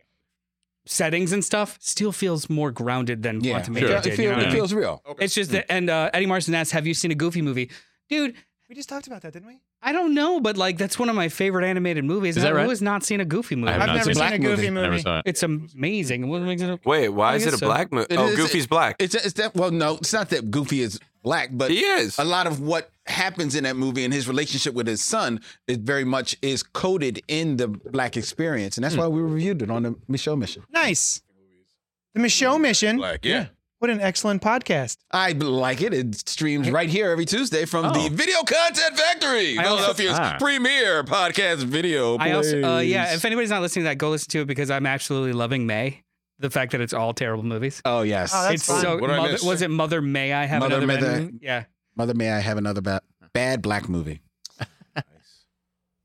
settings and stuff. Still feels more grounded than
Yeah,
Quantum
It
sure.
Mania
feel-
did.
it,
you
feel-
know what I
it
mean?
feels real.
It's just that, and uh, Eddie Marson asks, "Have you seen a Goofy movie, dude?"
We just talked about that, didn't we?
I don't know, but like that's one of my favorite animated movies.
Is
and
that
Who
right?
has not seen a Goofy movie?
I have
I've
not
never
seen
seen
it.
a
Black
Goofy
movie.
I
movie.
never saw it.
It's amazing. What makes it? a-
Wait, why
I
is it a
guess so.
black movie?
It
Oh,
is-
Goofy's black.
It's, it's that. Well, no, it's not that Goofy is black, but
He is.
a lot of what happens in that movie and his relationship with his son is very much is coded in the black experience, and that's
Hmm.
why we reviewed it on the Michelle Mission.
Nice. The Michelle
Mm.
Mission.
Like, yeah.
What an excellent podcast.
I like it. It streams right here every Tuesday from the
Oh.
Video Content Factory,
I also-
Philadelphia's
Ah.
premier podcast video.
I also, uh, yeah.
place.
If anybody's not listening to that, go listen to it because I'm absolutely loving May. The fact that it's all terrible movies.
oh yes,
Oh, that's-
it's
fine.
so.
What did I
Mother,
miss?
was it Mother May? I have
Mother
another.
May
bad
the-
movie? yeah.
Mother, may I have another bad, bad black movie?
Are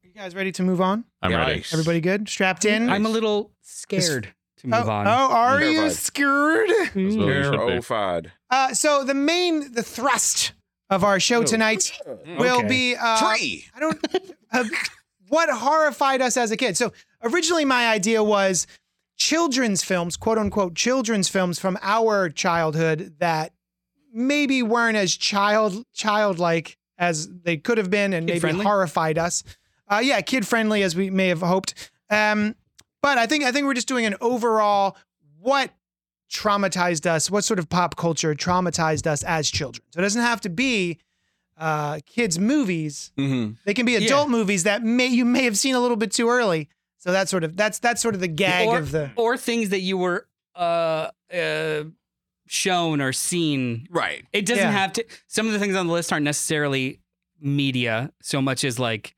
you guys ready to move on?
I'm ready.
Yikes.
Everybody good? Strapped in?
I'm a little scared to move
Mm. oh,
on.
oh, are
Never
you
mind.
scared?
That's what we should be.
Terrified.
Uh, so the main, the thrust of our show tonight will
Okay.
be uh,
Tree.
I don't. uh, what horrified us as a kid. So originally, my idea was children's films, quote unquote, children's films from our childhood that maybe weren't as child childlike as they could have been, and maybe
Kid-friendly?
horrified us. Uh, yeah, kid friendly as we may have hoped. Um, but I think I think we're just doing an overall what traumatized us, what sort of pop culture traumatized us as children. So it doesn't have to be uh, kids movies.
Mm-hmm.
They can be
Yeah.
adult movies that may you may have seen a little bit too early. So that's sort of that's that's sort of the gag
Or-
of the
or things that you were uh, uh, shown or seen.
Right.
It doesn't
Yeah.
have to. Some of the things on the list aren't necessarily media so much as like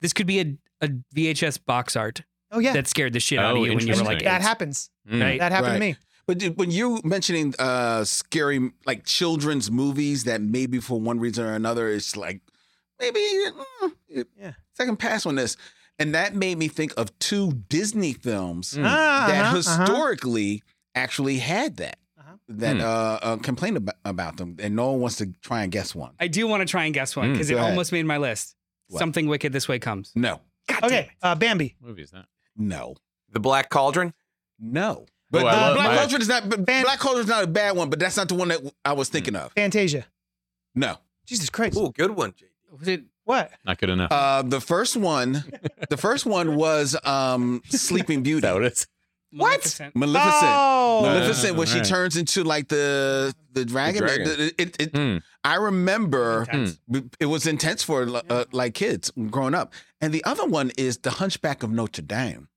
this could be a, a VHS box art
oh yeah
that scared the shit out
Oh,
of you when you were like
interesting.
that
eight.
happens.
Mm.
Right.
That happened to me.
Right. But did- when you mentioning uh, scary, like children's movies that maybe for one reason or another, it's like maybe mm,
Yeah.
second pass on this, and that made me think of two Disney films
Mm.
Ah,
that
uh-huh, uh-huh.
historically actually had that
Uh-huh.
that
Hmm.
uh, uh, complained about, about them, and no one wants to try and guess one.
I do want to try and guess one
Mm.
because
Go
it
ahead.
almost made my list.
What?
Something wicked this way comes.
No,
Okay, uh, Bambi.
What movie is that?
no,
the Black Cauldron.
no. But
Oh, I
the
love
black
my-
culture is not but
Fan-
black culture is not a bad one, but that's not the one that I was thinking of.
Fantasia.
No.
Jesus Christ.
Ooh, good one. Jay.
Was it?
What?
Not good enough.
Uh, the first one, the first one was um, Sleeping Beauty.
is.
What?
Maleficent?
Maleficent.
Oh.
Uh,
Maleficent, when she
alright.
turns into like the the dragon.
dragon.
It- it- it-
Hmm.
I remember
Intense.
it was intense for uh, like kids growing up. And the other one is The Hunchback of Notre Dame.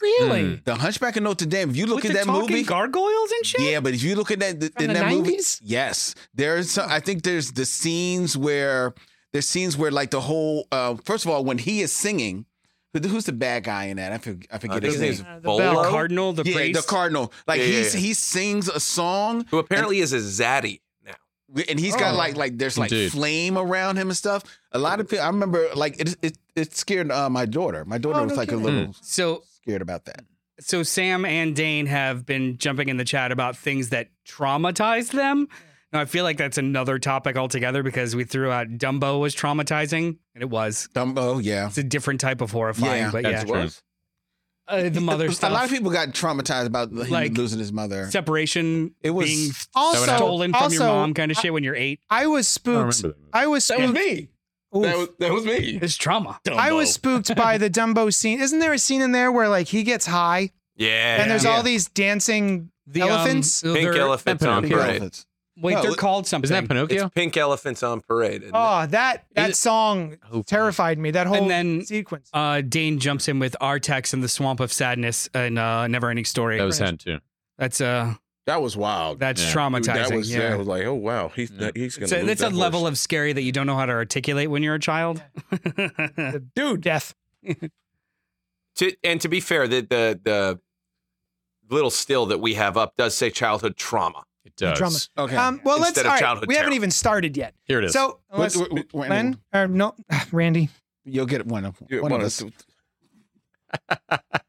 Really?
Mm.
The Hunchback of Notre Dame. If you look
With
at
the
that
talking
movie,
gargoyles and shit.
yeah, but if you look at that
From
in
the
that movie,
90s?
yes, there's. Some, I think there's the scenes where there's scenes where like the whole. Uh, first of all, when he is singing, who- who's the bad guy in that? I forget. I
Uh,
forget
his
his
name's
name.
Uh, the
Bolo,
The
bell.
cardinal, the
yeah,
priest.
the cardinal. Like
Yeah, yeah,
he's
yeah.
he sings a song,
who apparently is a zaddy now.
and he's got
Oh.
like like there's like
Indeed.
flame around him and stuff. A lot of people. I remember like it it it scared uh, my daughter. My daughter
Oh,
was
no
like
kidding.
a little
so
scared about that.
so Sam and Dane have been jumping in the chat about things that traumatized them. Now I feel like that's another topic altogether because we threw out Dumbo was traumatizing, and it was.
Dumbo, oh, yeah.
It's a different type of horrifying,
Yeah,
but
That's
yeah.
true.
uh, the mother stuff.
A lot of people got traumatized about him
Like-
losing his mother.
separation.
It
It
was-
was being
Also,
stolen from your
also,
mom, kind of shit. When you're eight,
I was spooked.
remember
I was
That
spooked.
was me. That was that was me.
it's trauma.
I was spooked by the Dumbo scene. Isn't there a scene in there where like he gets high
Yeah.
and there's
Yeah.
all these dancing?
The
Elephants?
Um,
pink
they're-
elephants on
Pink
parade.
elephants.
Wait,
No,
they're
it-
called something.
Isn't that Pinocchio?
It's pink elephants on parade. isn't it?
Oh, that that
it-
song
Oh,
terrified me. That whole
then-
sequence.
uh, Dane jumps in with Artex and the Swamp of Sadness and uh, Never Ending Story.
That was sad too.
that's uh,
That was wild.
that's
Yeah.
traumatizing.
Dude, that was
yeah.
yeah. I was like, oh wow, he's
Yeah.
he's gonna.
it's a,
lose
that's a
that
level
horse.
of scary that you don't know how to articulate when you're a child. uh, Um,
Dude, death.
To, and to be fair, the, the the little still that we have up does say childhood trauma.
It does.
drama.
Okay.
Um, well, let's.
Instead of
all right,
childhood
we haven't
terror.
even started yet.
Here it is.
So
We're-
unless
we're- we're-
Len or no, Randy,
you'll get one of
Dude,
one of
wanna-
us.
go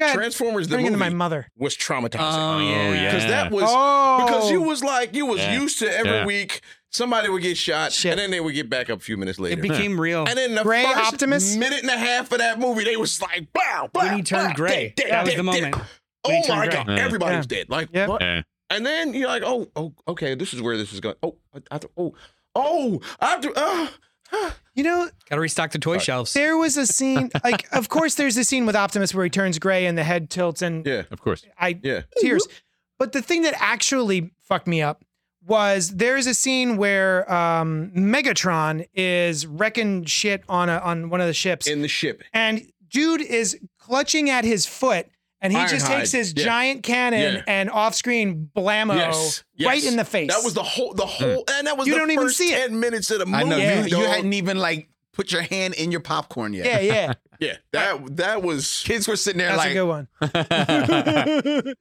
ahead.
Transformers the
Bring into
movie
my mother.
was traumatizing.
Oh, yeah.
because that was
Oh,
because you was like you was
Yeah.
used to every
Yeah.
week somebody would get shot
Shit.
and then they would get back up a few minutes later.
it became real.
and then the
Gray
first
Optimus?
minute and a half of that movie, they was like, "Wow, wow!"
When he turned gray, that was the moment. when
Oh
he
my
turned
god,
gray. Yeah.
everybody
Yeah.
was dead. Like,
Yep.
what?
Yeah.
And then you're like, "Oh, oh, okay, this is where this is going." Oh, I, I th- oh, oh, I th- uh,
you know,
Gotta restock the toy shelves.
there was a scene. Like, of course, there's a scene with Optimus where he turns gray and the head tilts, and
yeah,
of course.
I
yeah.
tears. But the thing that actually fucked me up was there's a scene where um, Megatron is wrecking shit on a, on one of the ships,
In the ship,
and dude is clutching at his foot. And he just
Ironhide,
takes his
yeah.
giant cannon
Yeah.
and off-screen blammo
yes,
right
yes.
in the face.
That was the whole, the
Hmm.
whole, and that was
You
the
don't even
first
see it.
ten minutes of the movie.
I know
Yeah.
you, you
dog.
hadn't e- even like put your hand in your popcorn yet.
yeah, yeah.
yeah, that that was.
Kids were sitting there
That's
like,
a good one.
yeah.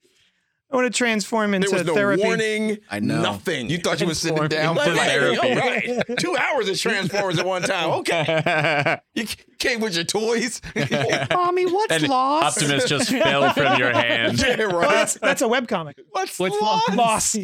I want to transform into
There was no
therapy.
warning.
I know
Nothing.
You thought you were sitting
Informed-
down for
Like,
Informed
like,
hey,
therapy.
all right. Two hours of Transformers at one time. Oh, Okay.
you came with your toys. yeah,
Mommy, what's
And
lost?
Optimus just fell from your hand.
Well,
right.
that's, that's a webcomic.
What's,
What's
lost?
lost?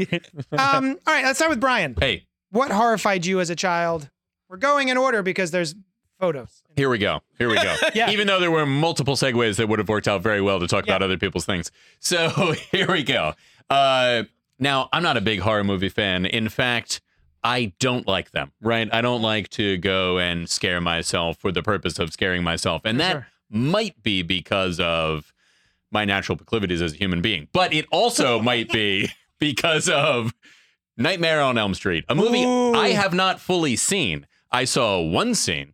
Um, all right, let's start with Brian.
Hey,
What horrified you as a child? We're going in order because there's photos.
here we go. Here we go.
Yeah.
Even though there were multiple segues that would have worked out very well to talk about other people's things. So here we go. Uh, now, I'm not a big horror movie fan. In fact, I don't like them, right? I don't like to go and scare myself for the purpose of scaring myself. And that
Sure.
might be because of my natural proclivities as a human being, but it also might be because of Nightmare on Elm Street, a movie
Ooh.
I have not fully seen. I saw one scene,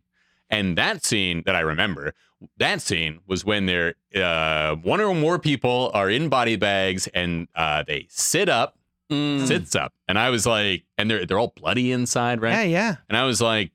and that scene that I remember, that scene was when there uh, one or more people are in body bags and uh, they sit up,
Mm.
Mm.
sits up, and I was like, and they're they're all bloody inside, right?
Yeah, yeah.
And I was like,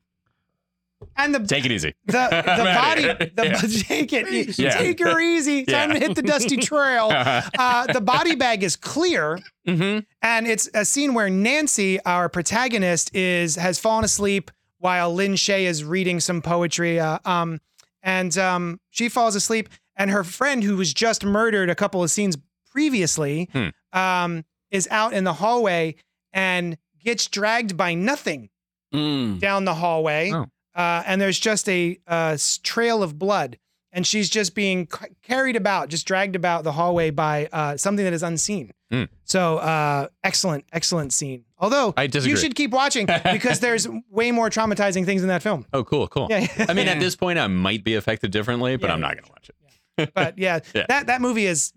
And the
take it easy.
the, the
I'm outta
body,
here.
the take it, e-,
Yeah.
take her easy. Time to
Yeah.
hit the dusty trail.
Oh.
Uh, the body bag is clear,
mm-hmm.
and it's a scene where Nancy, our protagonist, is has fallen asleep while Lynn Shay is reading some poetry. Uh, um, and um, she falls asleep, and her friend, who was just murdered a couple of scenes previously,
Hmm.
um, is out in the hallway and gets dragged by nothing down the hallway,
Mm. Oh.
uh, and there's just a, uh s- trail of blood, and she's just being c- carried about, just dragged about the hallway by uh, something that is unseen.
Hmm.
So uh, excellent, excellent scene. Although
I disagree.
you should keep watching because there's way more traumatizing things in that film.
Oh, cool, cool.
Yeah,
I mean, at this point, I might be affected differently, but
Yeah.
I'm not going to watch it.
but yeah,
Yeah.
that that movie is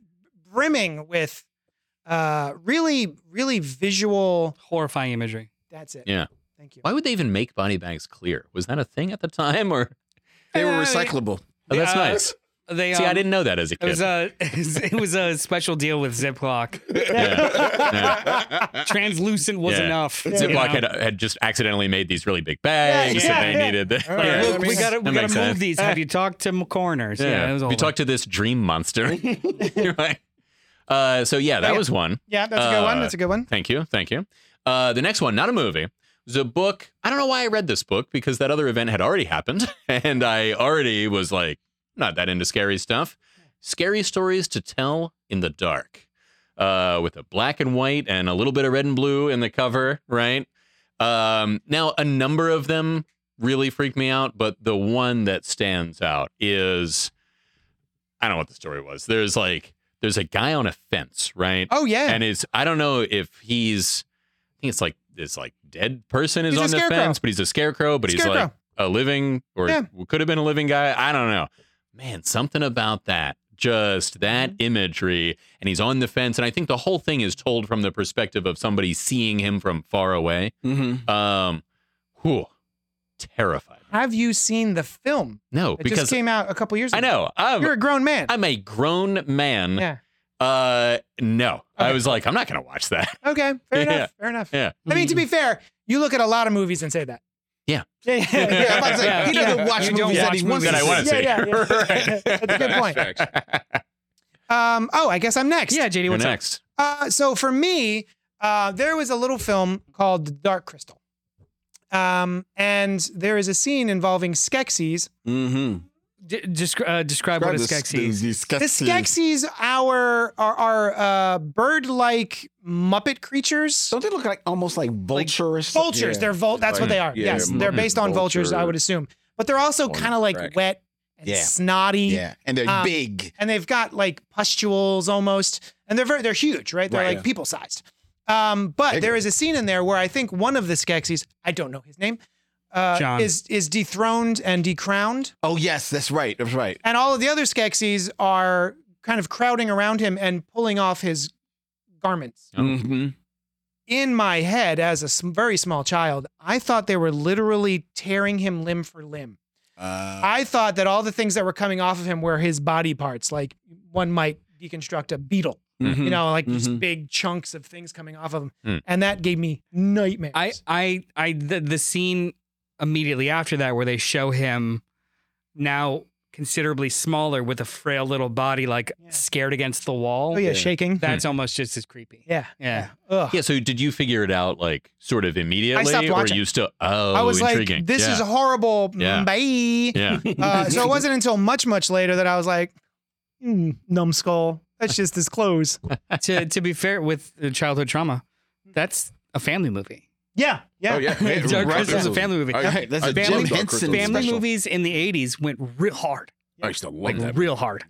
brimming with uh, really, really visual.
Horrifying imagery.
That's it.
Yeah.
Thank you.
Why would they even make body bags clear? Was that a thing at the time, or
They were recyclable.
oh, that's
Uh,
nice?
They,
See, I
um,
didn't know that as a
It
kid.
was a it was a special deal with Ziploc.
Yeah. Yeah.
Translucent was
Yeah.
enough. you know?
Ziploc had, had just accidentally made these really big bags,
Yeah,
and they
yeah.
needed the.
right,
Yeah.
that
Look, we
makes-
gotta we gotta
that
move
makes sense.
these. Have you talked to m- coroners? Yeah, it was all
you talk to this dream monster. right. Uh, so yeah, that
Yeah.
was one.
Yeah, that's a good one.
Uh,
That's a good one.
Thank you. Thank you. Uh, the next one, not a movie, was a book. I don't know why I read this book because that other event had already happened. And I already was like, not that into scary stuff. Scary stories to tell in the dark uh, with a black and white and a little bit of red and blue in the cover, right? Um, now, a number of them really freaked me out, but the one that stands out is I don't know what the story was. There's like there's a guy on a fence, right?
Oh yeah.
And it's I don't know if he's I think it's like this like dead person is
He's a
on the
scarecrow.
fence, but he's a scarecrow, but he's like
Scarecrow.
a living or
Yeah.
could have been a living guy. I don't know. Man, something about that. Just that
Mm-hmm.
imagery, and he's on the fence, and I think the whole thing is told from the perspective of somebody seeing him from far away.
Mm-hmm.
Um, whew, terrified.
Have you seen the film?
No,
It
because
just came out a couple years ago.
I know I'm,
You're a grown man.
I'm a grown man.
yeah.
Uh, no, I
Okay.
was like, I'm not gonna watch that.
Okay. Fair
Yeah.
enough. Fair enough.
Yeah,
I mean, to
Mm-hmm.
be fair, you look at a lot of movies and say that.
Yeah.
Yeah. Yeah. yeah.
Yeah, I'm about to say,
Yeah.
he doesn't
Yeah.
watch
You don't
movies that
watch
he wants
movies
that I
to
wanna
see.
see.
yeah, yeah.
Right.
That's a good point.
Facts.
Um, oh, I guess I'm next.
Yeah, JD,
You're
what's up?
next.
Uh, so for me, uh, there was a little film called The Dark Crystal. Um, and there is a scene involving Skeksis.
Mm-hmm.
D- descri- uh, describe what a Skeksis is.
The Skeksis are, are, are uh, bird like Muppet creatures.
Don't they look like almost like vultures?
vultures. They're vul- That's what they are.
Yeah,
yes,
they're
they're
muppet
based on vultures, I
vultures.
would assume. But they're also
On
kind of like
crack.
wet and
Yeah.
snotty,
yeah, and they're
Um,
big.
and they've got like pustules almost, and they're very they're huge, right? They're
Right,
like
yeah.
people sized. Um, but
Bigger.
there is a scene in there where I think one of the Skeksis, I don't know his name, uh,
John.
is is dethroned and decrowned,
Oh yes, that's right. That's right.
and all of the other Skeksis are kind of crowding around him and pulling off his garments.
Oh.
Mm-hmm.
in my head as a sm- very small child, I thought they were literally tearing him limb for limb.
Uh,
I thought that all the things that were coming off of him were his body parts. Like one might deconstruct a beetle, you know, like just
Mhm.
big chunks of things coming off of him.
Mm-hmm. Hmm.
And that gave me nightmares.
I, I, I, the, the scene immediately after that where they show him now considerably smaller with a frail little body, like
Yeah.
scared against the wall.
oh, yeah, shaking.
Hmm.
That's almost just as creepy.
yeah.
Yeah.
Ugh.
Yeah. So did you figure it out like sort of immediately,
stopped
or
watching.
you still? Oh,
I was
intriguing.
like, this
yeah.
is horrible. Mm,
Yeah.
Bye.
yeah.
Uh, so it wasn't until much, much later that I was like, hmm, numbskull. That's just his clothes.
to, to be fair with uh, childhood trauma, that's a family movie.
Yeah. Yeah.
Oh yeah,
Dark
right.
Crystal is a family movie.
I-
Right, that's
I
a
love
Jim
Dark
Henson
Crystal.
It's
family
special.
movies in the 80s went real hard,
I used to love
like
that.
real hard.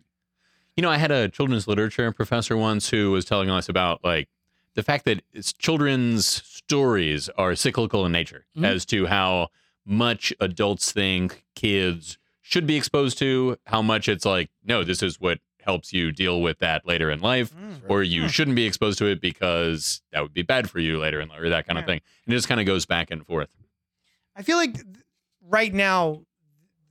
You know, I had a children's literature professor once who was telling us about like the fact that it's children's stories are cyclical in nature
Mhm.
as to how much adults think kids should be exposed to, how much it's like, no, this is what helps you deal with that later in life,
Mm.
or you
Hmm.
shouldn't be exposed to it because that would be bad for you later in life, or that kind of
Yeah.
thing. And it just kind of goes back and forth.
I feel like th- right now,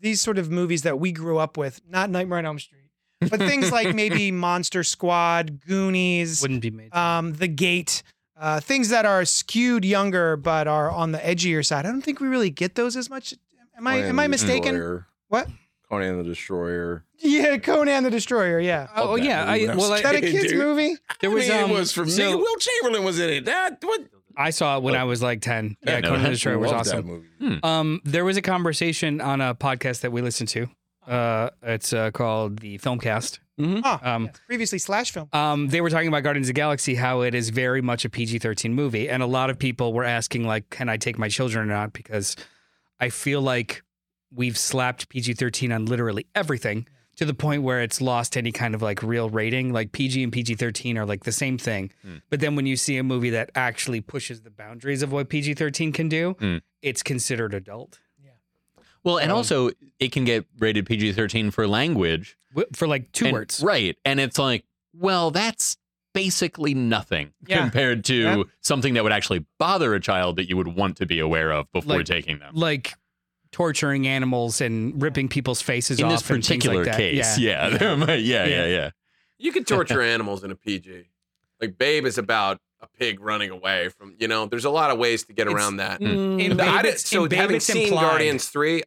these sort of movies that we grew up with, not Nightmare on Elm Street, but things like maybe Monster Squad, Goonies,
Wouldn't be made.
um, The Gate, uh, things that are skewed younger but are on the edgier side. I don't think we really get those as much. Am I am I mistaken? What?
Conan the Destroyer.
Yeah, Conan the Destroyer. Yeah,
oh,
that
yeah.
movie
I,
when I
well,
was
I,
is that a
Hey,
kids
dude.
movie?
there
I
was,
mean,
um,
it was for me.
so-
Will Chamberlain was in it. That what?
I saw it when
Oh.
I was like 10. Yeah,
Yeah, no,
Conan the
I
Destroyer was
Love that
awesome.
movie.
Um, there was a conversation on a podcast that we listened to. Uh, it's uh, called the Filmcast.
Mm-hmm.
Huh.
Um,
Yes. Previously slash film.
Um, they were talking about Guardians of the Galaxy, how it is very much a PG thirteen movie, and a lot of people were asking like, "Can I take my children or not?" Because I feel like we've slapped PG thirteen on literally everything to the point where it's lost any kind of like real rating. Like PG and PG thirteen are like the same thing,
Hmm.
but then when you see a movie that actually pushes the boundaries of what PG thirteen can do,
Hmm.
it's considered adult
Well, and
Um,
also it can get rated PG 13 for language.
Wi- for like two
And-
words.
Right. And it's like, well, that's basically nothing
Yeah.
compared to
Yeah.
something that would actually bother a child that you would want to be aware of before
Like-
taking them.
Like torturing animals and ripping people's faces
In
off
this
and things
particular
like that.
case,
Yeah.
yeah. there might- Yeah.
Yeah.
yeah, yeah,
You could torture animals in a PG. Like Babe is about a pig running away from. You know, there's a lot of ways to get
It's-
around that.
In
But I
Babe,
did,
it's-
so
in Babe,
having
it's
seen
implied.
Guardians three,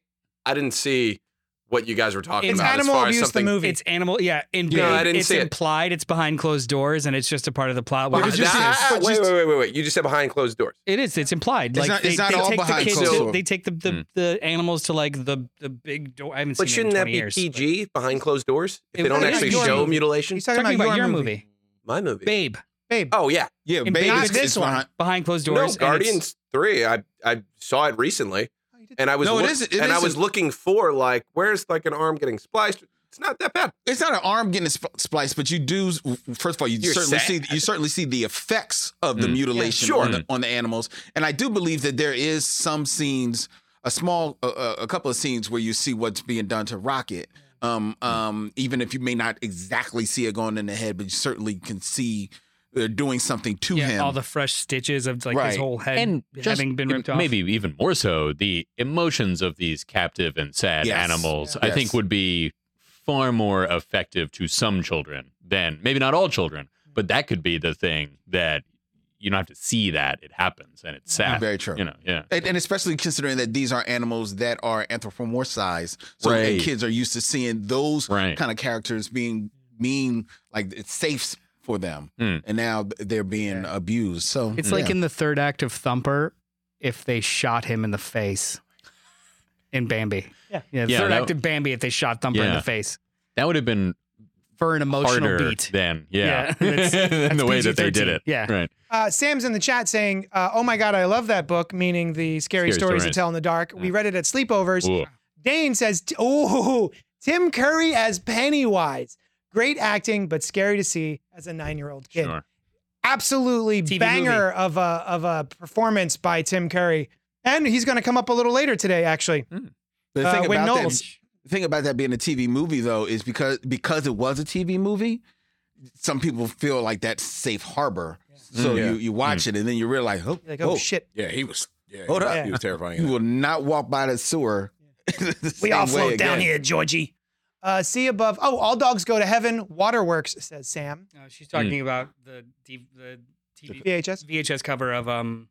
I didn't see what you guys were talking
It's
about.
animal
as far
abuse.
As
The
something,
movie.
It's animal, yeah. In
No,
Babe,
I didn't
it's
see it.
implied. It's behind closed doors, and it's just a part of the plot.
Behind-
Where
did you see
ah,
it?
ah, wait, wait, wait, wait, wait. You just said behind closed doors.
it is. It's implied.
It's
like
not-
they,
it's not
they
all
take the
behind
kids
closed
to,
doors.
they take the, the,
Hmm.
the animals to like the the big door. I haven't seen.
But
it in
shouldn't that
20
be
years, but-
PG behind closed doors? If
It-
they don't
Yeah,
actually
your
show
movie.
mutilation,
He's talking,
Talking about your movie,
my movie.
Babe,
Babe.
Oh yeah,
Yeah,
And
baby,
not
it's-
this
it's
one.
behind-
behind closed doors.
no Guardians three. I I saw it recently,
Oh, you did-
and I was
No, it
look-
isn't- it
and I was
isn't.
looking for like where's like an arm getting spliced. It's not that bad.
it's not an arm getting spl- spliced, but you do. First of all, you
You're
certainly
sad.
see you certainly see the effects of the mutilation
sure.
on, the, on the animals, and I do believe that there is some scenes, a small, a- a, a couple of scenes where you see what's being done to Rocket. Um, um, even if you may not exactly see it going in the head, but you certainly can see they're doing something to
yeah,
him.
all the fresh stitches of like
Right.
his whole head
and just
having been ripped off.
maybe even more so the emotions of these captive and sad
Yes.
animals i
Yes.
think would be far more effective to some children than maybe not all children but that could be the thing that you don't have to see that it happens and it's sad
Very true.
you know yeah
And, and especially considering that these are animals that are anthropomorphized, so that
Right.
kids are used to seeing those
Right.
kind of characters being mean, like it's safe for them,
Hmm.
and now they're being abused. So
Mm-hmm.
It's like
yeah.
in the third act of Thumper, if they shot him in the face in Bambi.
Yeah.
the
Yeah,
third
that-
act of Bambi, if they shot Thumper in
Yeah.
the face
that would have been
for an emotional
harder
beat.
than yeah,
Yeah, that's-
than
that's
the way that they did
PG-13.
it
Yeah.
right
Uh, Sam's in the chat saying, uh, "Oh my God, I love that book," meaning the scary,
Scary
stories to
Stories.
tell in the dark. We read it at sleepovers.
Ooh.
Dane says, t- "Oh, Tim Curry as Pennywise, great acting, but scary to see as a nine-year-old kid.
Sure.
Absolutely
TV
banger of a of a performance by Tim Curry." And he's going to come up a little later today, actually.
the
Uh,
thing
Wayne
about that,
Knowles.
the thing about that being a TV movie though is because because it was a TV movie, some people feel like that's safe harbor. So
Hmm,
Mm, yeah.
you you watch it and then you realize, oh,
Like, oh
oh,
shit,
Yeah, he was. Yeah,
Hold
he,
up.
he was terrifying.
you will not walk by the sewer. the
we all
same way
float down
again.
here, Georgie. Uh, see above. Oh, all dogs go to heaven. Waterworks says Sam.
Uh, she's
Mm.
talking about the D- the TV,
VHS.
VHS cover of um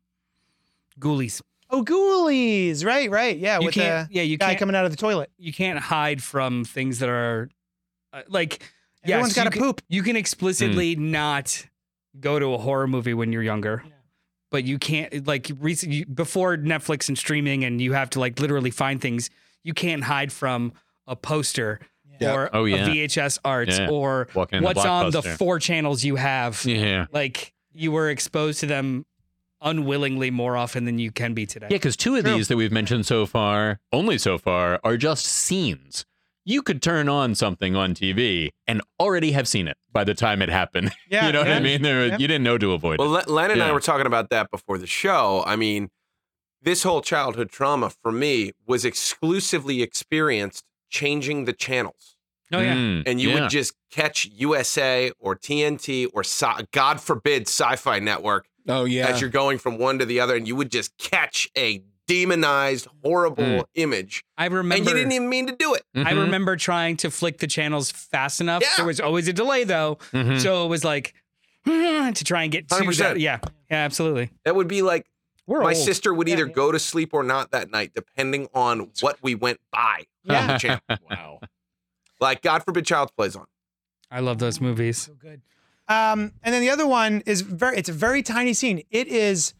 Ghoulies.
Oh, Ghoulies. Right, right. Yeah,
You
with the
can't, yeah, you
guy
can't,
coming out of the toilet.
you can't hide from things that are uh, like.
Everyone's
yes,
got
you
to
can-
poop.
You
Hmm.
can explicitly not go to a horror movie when you're younger, but you can't like recent you, before Netflix and streaming, and you have to like literally find things. You can't hide from a poster
Yeah.
or
Oh,
a
yeah.
VHS arts
Yeah.
or
walking in
what's
the
on the
Blockbuster.
four channels you have.
yeah
Like you were exposed to them unwillingly more often than you can be today.
Yeah, because two of these that we've mentioned so far, only so far, are just scenes. You could turn on something on TV and already have seen it by the time it happened.
Yeah,
you know what
yeah,
I mean? There,
yeah.
You didn't know to avoid
Well,
it.
Le- Len and I
Yeah.
were talking about that before the show. I mean, this whole childhood trauma for me was exclusively experienced changing the channels.
Oh yeah.
Mm,
And you
yeah.
would just catch USA or TNT or sci- God forbid Sci Fi Network
Oh yeah.
as you're going from one to the other, and you would just catch a demonized, horrible
Mm.
image.
I remember.
And you didn't even mean to do it.
Mhm,
I remember trying to flick the channels fast enough.
Yeah.
There was always a delay though,
mhm.
so it was like "Ah," to try and get to
100%.
that. Yeah, yeah, absolutely.
That would be like
We're
my
old.
Oh,
sister would either go to sleep or not that night, depending on what we went by. on the
Yeah.
channel.
wow.
Like, God forbid Child's Plays on.
I love those movies.
good. Um, and then the other one is very. It's a very tiny scene. It is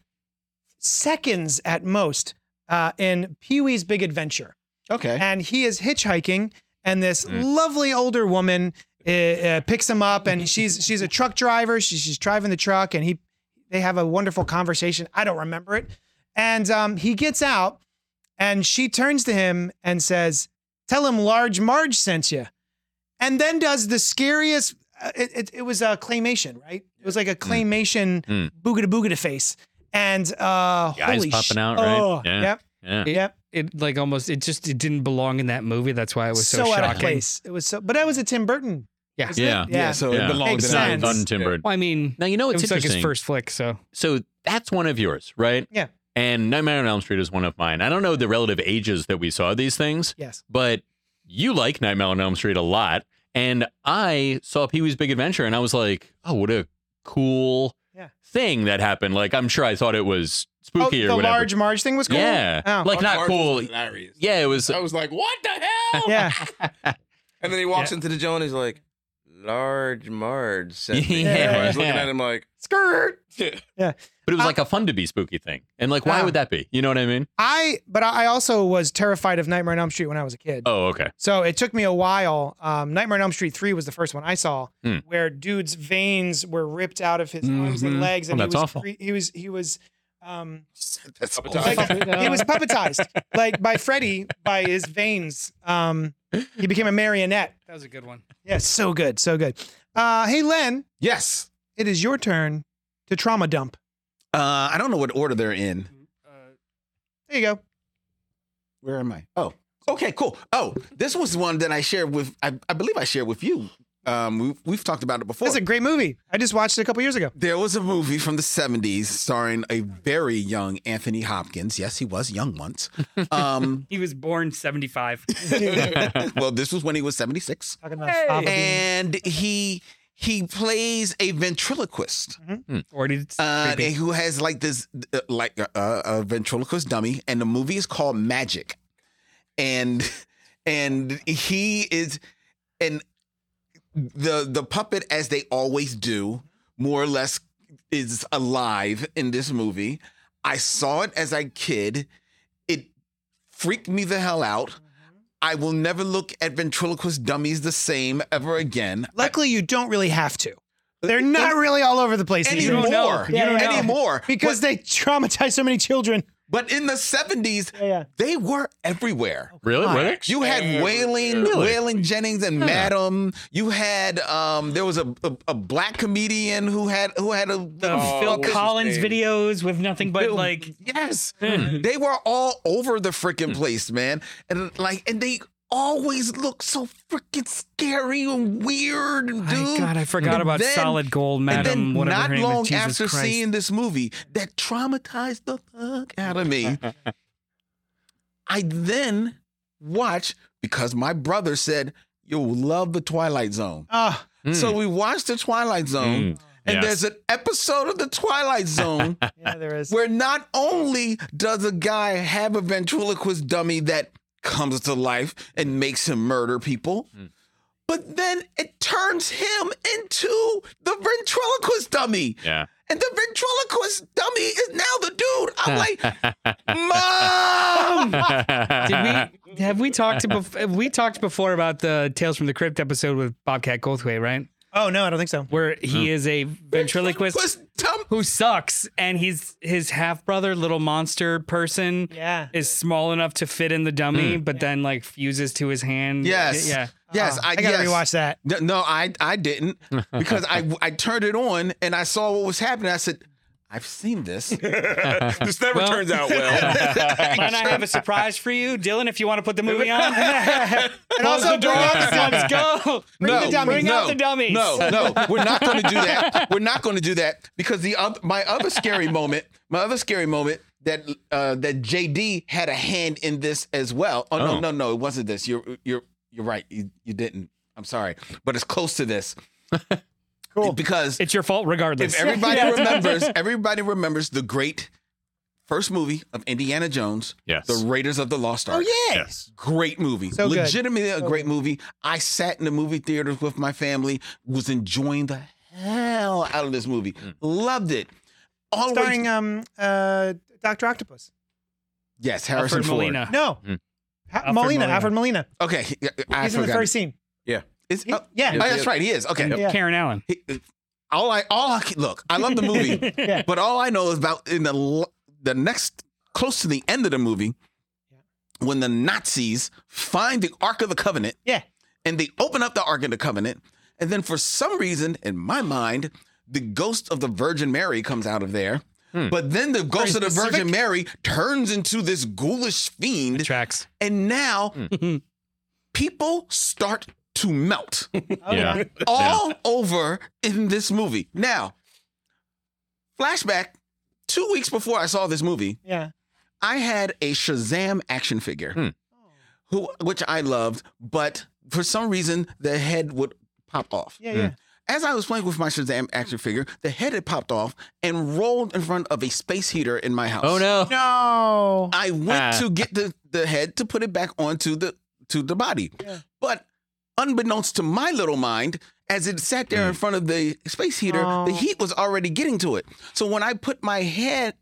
seconds at most uh, in Pee Wee's Big Adventure,
okay.
and he is hitchhiking, and this
Mm.
lovely older woman uh, uh, picks him up, and she's she's a truck driver. She, she's driving the truck, and he they have a wonderful conversation. I don't remember it, and um, he gets out, and she turns to him and says, "Tell him Large Marge sent you." and then does the scariest. uh, It, it, it was a claymation, right? It was like a claymation
Mm.
boogada boogada face, and uh,
The eyes
holy
popping
sh-
out, right?
Oh,
Yeah.
Yep,
Yeah.
yep.
It like almost it just it didn't belong in that movie. That's why it was so,
so, out
shocking.
of place. It was so, but that was a Tim Burton.
Yeah.
isn't it?
Yeah.
Yeah, so
Yeah.
it belongs
Makes
in our
sense.
bun-
Untimbered.
Well, I mean,
Now, you know,
it
it's
was like
interesting.
his first flick, so
so that's one of yours, right?
Yeah.
And Nightmare on Elm Street is one of mine. I don't know the relative ages that we saw these things.
Yes.
but you like Nightmare on Elm Street a lot. And I saw Pee Wee's Big Adventure and I was like, oh, what a cool
Yeah.
thing that happened. Like, I'm sure I thought it was
Oh,
spooky
the
or whatever.
large Marge thing was cool.
Yeah.
Oh.
Like, not cool.
Hilarious.
Yeah, it was.
I was like, what the hell?
yeah.
And then he walks into the jail and he's like, large Marge. Sent me.
Yeah.
And I was looking
Yeah.
at him like,
Skirt.
But it was
Uh,
like a fun to be spooky thing. And like, why
Wow.
would that be? You know what I mean?
I, but I I also was terrified of Nightmare on Elm Street when I was a kid.
Oh, okay.
So it took me a while. Um, Nightmare on Elm Street 3 was the first one I saw
Hmm.
where dude's veins were ripped out of his arms and
Mhm.
legs.
Oh,
And
that's
he was
awful.
He was, he was Um,
That's
Up
all.
top.
like, he was puppetized, like by Freddie, by his veins. Um, he became a marionette.
That was a good one.
Yeah, so good, so good. Uh, hey, Len,
Yes.
it is your turn to trauma dump.
Uh, I don't know what order they're in.
There you go.
Where am I? Oh, okay, cool. Oh, this was one that I shared with. I, I believe I shared with you. Um, we've, we've talked about it before.
That's a great movie. I just watched it a couple years ago.
There was a movie from the 70s starring a very young Anthony Hopkins. Yes, he was young once. Um,
He was born 75.
well, this was when he was 76.
Talking about fava beans.
And he he plays a ventriloquist
or did
uh,
creepy.
who has like this uh, like uh, a ventriloquist dummy and the movie is called Magic. And and he is and the the puppet as they always do more or less is alive in this movie. I saw it as a kid. It freaked me the hell out. I will never look at ventriloquist dummies the same ever again.
Luckily, you don't really have to. They're not really all over the place
you
anymore
don't know.
anymore.
You don't know.
Anymore.
because they traumatize so many children.
But in the 70s,
yeah.
they were everywhere.
Really?
Why?
Were they?
You had Waylon, Waylon Jennings and Madam. You had um there was a, a a black comedian who had who had a
the
Oh,
Phil
what's his
Collins
name?
videos with nothing but
Bill-
like
yes,
Hmm.
they were all over the freaking place, man, and like and they always look so freaking scary and weird, dude.
My God, I forgot
And
about
then-
Solid Gold, Madam.
and then
whatever
not
her name
long
is, Jesus
after
Christ.
seeing this movie that traumatized the fuck out of me, I then watched because my brother said you'll love the Twilight Zone.
Ah,
Hmm.
So we watched the Twilight Zone,
Mm.
and
Hmm. Yes.
there's an episode of the Twilight Zone
yeah, there is.
where not only does a guy have a ventriloquist dummy that comes to life and makes him murder people, but then it turns him into the ventriloquist dummy.
Yeah.
And the ventriloquist dummy is now the dude. I'm like, Mom!
Did we have we talked to bef- have we talked before about the Tales from the Crypt episode with Bobcat Goldthwait, right?
Oh no, I don't think so.
Where he is a ventriloquist
Ventriloquist dummy.
who sucks, and he's his half brother, little monster person,
Yeah.
is small enough to fit in the dummy, but then like fuses to his hand.
Hmm. Yes.
yeah.
Yes,
Ah,
I,
gotta
yes.
rewatch that.
No, no, I I didn't because I I turned it on and I saw what was happening. I said, I've seen this.
this never
Well-
turns out well.
And I have a surprise for you, Dylan. If you want to put the movie on,
And also
the door.
bring out the dummy.
Let's go.
Bring
no,
the dummies.
Bring
no,
out the dummies.
No, no, we're not going to do that. We're not going to do that because the oth- my other scary moment, my other scary moment that uh, that JD had a hand in this as well. Oh, no,
Oh.
no, no, it wasn't this. You're you're you're right. You, you didn't. I'm sorry, but it's close to this. cool. Because
It's your fault, regardless.
if everybody remembers, everybody remembers the great first movie of Indiana Jones,
Yes.
The Raiders of the
Oh,
Lost Ark.
yeah.
Yes.
Great movie.
So good.
Legitimately a great movie. I sat in the movie theaters with my family, was enjoying the hell out of this movie.
Mm.
Loved it. Always,
Starring um uh Doctor Octopus.
yes, Harrison
Alfred
Ford.
Molina.
No.
Hmm.
Ha-
Alfred
Molina,
Molina.
Alfred Molina.
Okay, I
He's in
forgot.
the first scene.
Is-
He-
oh,
yeah.
oh, that's right. He is. Okay.
Yeah.
Karen Allen.
He- all I all I can- look, I love the movie, but all I know is about in the l- the next close to the end of the movie when the Nazis find the Ark of the Covenant
Yeah.
and they open up the Ark of the Covenant, and then for some reason in my mind the ghost of the Virgin Mary comes out of there. But then the ghost of the Virgin Mary turns into this ghoulish fiend
Tracks.
and now people start to melt
yeah.
all over in this movie. Now, flashback two weeks before I saw this movie,
Yeah.
I had a Shazam action figure,
Hmm.
who which I loved, but for some reason the head would pop off.
Yeah. Yeah.
As I was playing with my Shazam action figure, the head had popped off and rolled in front of a space heater in my house.
Oh no.
No.
I went
Ah.
to get the, the head to put it back onto the to the body. But unbeknownst to my little mind, as it sat there in front of the space heater, the
Oh.
heat was already getting to it. So when I put my head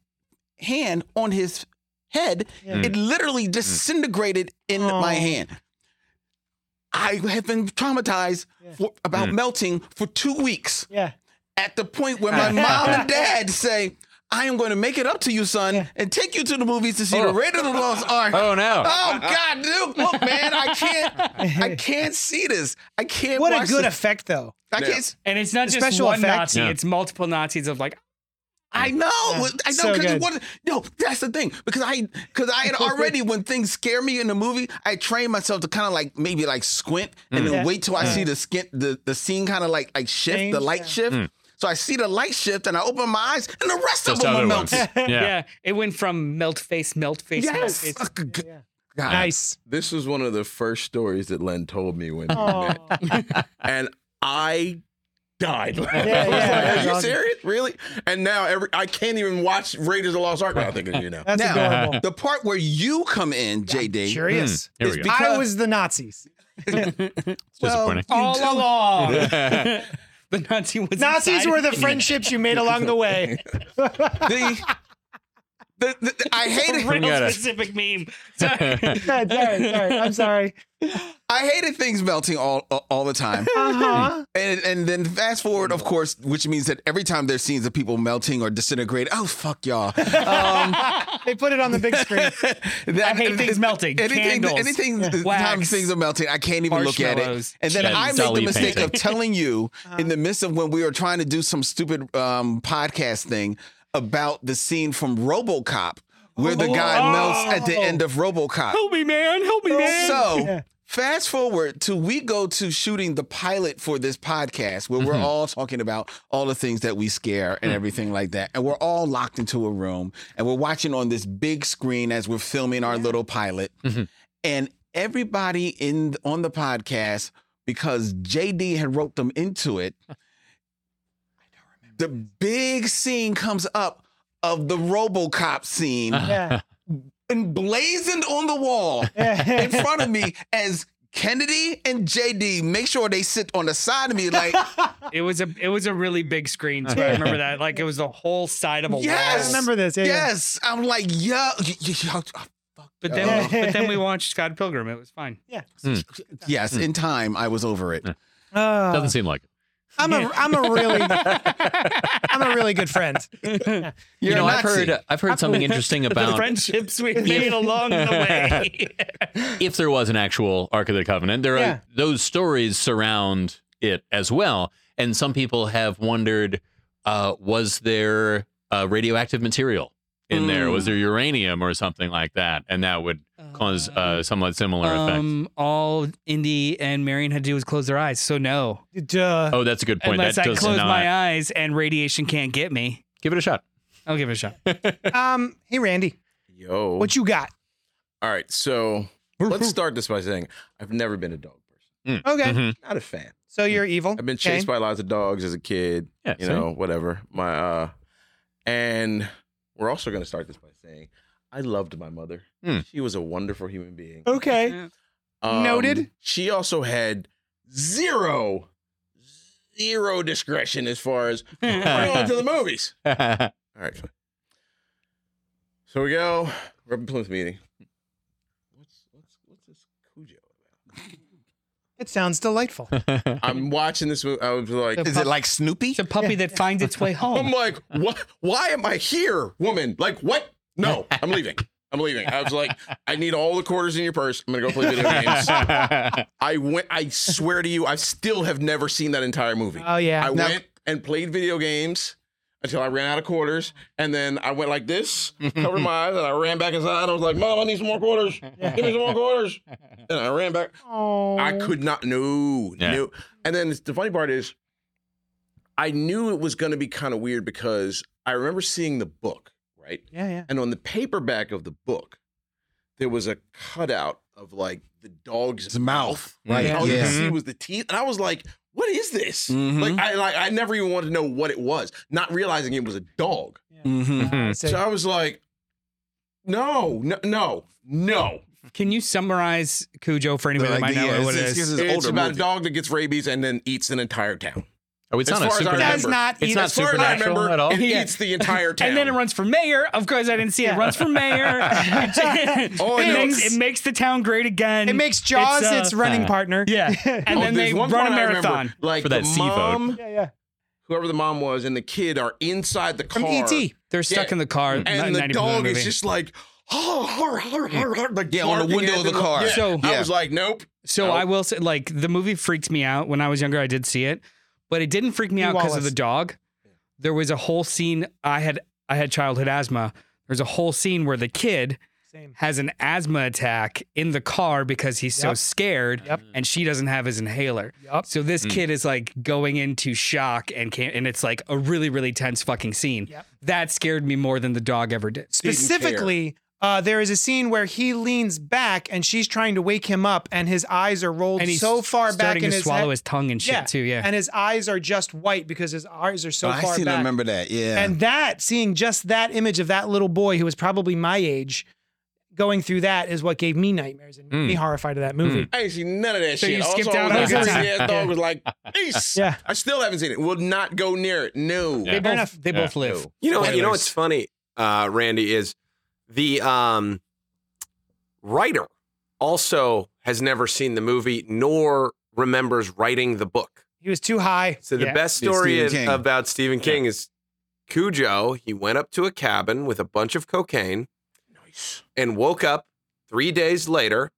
hand on his head, it
Mm.
literally disintegrated in my
Oh.
hand. I have been traumatized for,
Mm.
about melting for two weeks
Yeah.
at the point where my mom and dad say, I am going to make it up to you, son, and take you to the movies to see the Raiders of the Lost Ark.
Oh no.
Oh God, dude, look, man, I can't, I can't see this. I can't.
What a
watch
good
this.
effect, though.
I can't. s-
And it's not
The
just
special
one
effects.
Nazi;
Yeah.
it's multiple Nazis of like,
I know. I know.
so
because
good.
what? No, that's the thing. Because I, because I had already when things scare me in the movie, I train myself to kind of like maybe like squint and then
Mm. Yeah.
wait till I
Yeah.
see the skin, the the scene kind of like like shift,
Change,
the light
yeah. Mm.
shift. So I see the light shift and I open my eyes and the rest
Just
of them
other
are
ones.
melted.
Yeah.
yeah. it went from melt face, melt face, melt
Yes.
face.
God.
Nice.
This was one of the first stories that Len told me when we
Oh,
met, and I died.
yeah,
I was like,
Hmm.
that's
Are you
awesome.
serious? Really? And now every I can't even watch Raiders of the Lost Ark without thinking of you now.
that's
Now-
adorable.
The part where you come in, JD.
Curious.
Here
It's
we go.
be-
I
Because-
was the Nazis.
It's disappointing.
All along, the Nazi was
Nazis
inside.
were the friendships you made along the way.
The, the, the, I hated
real
gotta-
specific meme. Sorry.
sorry, sorry. I'm sorry.
I hated things melting all all- all the time.
Uh-huh.
And and then fast forward, of course, which means that every time there's scenes of people melting or disintegrate, oh fuck y'all.
They put it on the big screen.
That-
I hate things melting.
Anything,
Candles,
anything, the
wax,
time things are melting, I can't even look at it.
marshmallows,
And then
cheese.
I make the
Dolly
mistake of
painting.
telling you
Uh-huh.
in the midst of when we were trying to do some stupid um, podcast thing about the scene from RoboCop where the guy melts at the end
Oh.
of RoboCop.
Help me, man! Help me, man!
So
Yeah.
fast forward to we go to shooting the pilot for this podcast where we're all talking about all the things that we scare and everything like that. And we're all locked into a room and we're watching on this big screen as we're filming our little pilot. And everybody in on the podcast, because JD had wrote them into it, the big scene comes up of the RoboCop scene
Uh-huh.
Yeah.
emblazoned on the wall in front of me as Kennedy and JD make sure they sit on the side of me like
it was a it was a really big screen too. I remember that. Like it was the whole side of a
Yes!
I
wall.
remember this. Yeah, yeah.
yes I'm like yeah y- y- y- oh,
But then
Yeah.
but then we watched Scott Pilgrim. It was fine.
yes in time I was over it
Uh,
Doesn't seem like it.
I'm a I'm a really I'm a really good friend.
You
You're
know,
a
I've
Nazi.
heard I've heard something interesting
The
about
friendships we made along the way.
if there was an actual Ark of the Covenant, there
Yeah.
are those stories surround it as well. And some people have wondered, uh, was there uh, radioactive material in there? Was there uranium or something like that? And that would cause uh, somewhat similar effects.
Um, all Indy and Marion had to do was close their eyes. So no,
Duh.
Oh, that's a good point.
unless
that
I
does
close
not
my eyes and radiation can't get me.
give it a shot.
I'll give it a shot.
Um. Hey, Randy,
Yo.
what you got?
All right, so let's start this by saying I've never been a dog person.
Okay.
Mhm.
Not a fan.
So you're evil.
I've been chased by lots of dogs as a kid.
Yeah,
you
same.
know, whatever. My uh and we're also gonna start this by saying I loved my mother.
Hmm.
She was a wonderful human being. Um,
Okay. Oh, Noted.
She also had zero zero discretion as far as we're going to the movies. All right. So we go. We're up in Plymouth meeting. What's what's what's this Cujo
It sounds delightful.
about? I'm watching this movie. I was like,
is it like Snoopy
It's a puppy that finds its way
I'm
home.
like, what? Why am I here, woman? Like, what? No, I'm leaving. I'm leaving. I was like, I need all the quarters in your purse. I'm gonna go play video games. I went. I swear to you, I still have never seen that entire movie.
Oh yeah.
I
Now-
went and played video games until I ran out of quarters, and then I went like this, covered my eyes, and I ran back inside. I was like, "Mom, I need some more quarters. Give me some more quarters." And I ran back.
Oh.
I could not. No,
Yeah.
no. And then the funny part is, I knew it was going to be kind of weird because I remember seeing the book, right?
Yeah, yeah.
And on the paperback of the book, there was a cutout of like the dog's
His mouth, right,
And all you
yeah.
could see was Oh, the teeth. And I was like, what is this?
Mhm.
Like I like I never even wanted to know what it was, not realizing it was a dog.
Mhm.
I see.
So I was like, no, no, no, no.
Can you summarize Cujo for anybody
Like, uh,
that might
yeah,
know what it
it's- it's-
is?
This an
It's,
older
about
movie.
a dog that gets rabies and then eats an entire town.
Oh, it's
As
not a
far as I
supernatural.
Does not
it's
eat-
not
As far as I
supernatural
remember,
at all.
it
Yeah.
eats the entire town.
And then it runs for mayor. Of course, I didn't see it. Runs for mayor.
Oh,
it,
no.
makes, it makes the town great again.
It makes Jaws its,
uh,
running partner.
yeah. And
Oh,
then
there's
they
one
run a
part I remember,
marathon.
like
For
the
that sea vote.
mom
Yeah, yeah.
whoever the mom was, and the kid are inside the car.
From
E
ET.
They're stuck
E Yeah.
in the car.
And
90%
the
of
dog
movie.
is just like, oh, har, har, har, har, like
Yeah, on the
barking
window
at
of the car.
Yeah.
So-
I
Yeah.
was like, nope.
So
Oh.
I will say, like, the movie freaked me out when I was younger. I did see it, but it didn't freak me out because of
Wallace.
the dog. There was a whole scene. I had I had childhood asthma. There's a whole scene where the kid
Same.
has an asthma attack in the car because he's so
Yep.
scared,
Yep.
and she doesn't have his inhaler.
Yup.
So this
Hmm.
Mm.
kid is like going into shock and can't, and it's like a really really tense fucking scene.
Yep.
That scared me more than the dog ever did.
Specifically, uh, there is a scene where he leans back and she's trying to wake him up, and his eyes are rolled
And he's
so far back
starting
in
to
his
swallow
head,
his tongue and shit
Yeah.
too. Yeah,
and his eyes are just white because his eyes are so
Oh, I
far
seem to
back.
remember that. Yeah.
And that, seeing just that image of that little boy who was probably my age, going through that is what gave me nightmares and made me horrified of that movie.
I ain't seen none of that
So
shit.
you skipped
also,
out
I
on
was
that.
like, crazy ass dog was like, peace.
Yeah.
I still haven't seen it. Will not go near it. No.
Yeah.
they both
enough.
they
Yeah.
both live.
You know, you know
Spoilers.
what's funny, uh, Randy, is the um, writer also has never seen the movie nor remembers writing the book.
He was too high.
So the
Yeah.
best
Yeah,
story
Stephen
is,
King.
about Stephen King is Cujo. He went up to a cabin with a bunch of cocaine and woke up three days later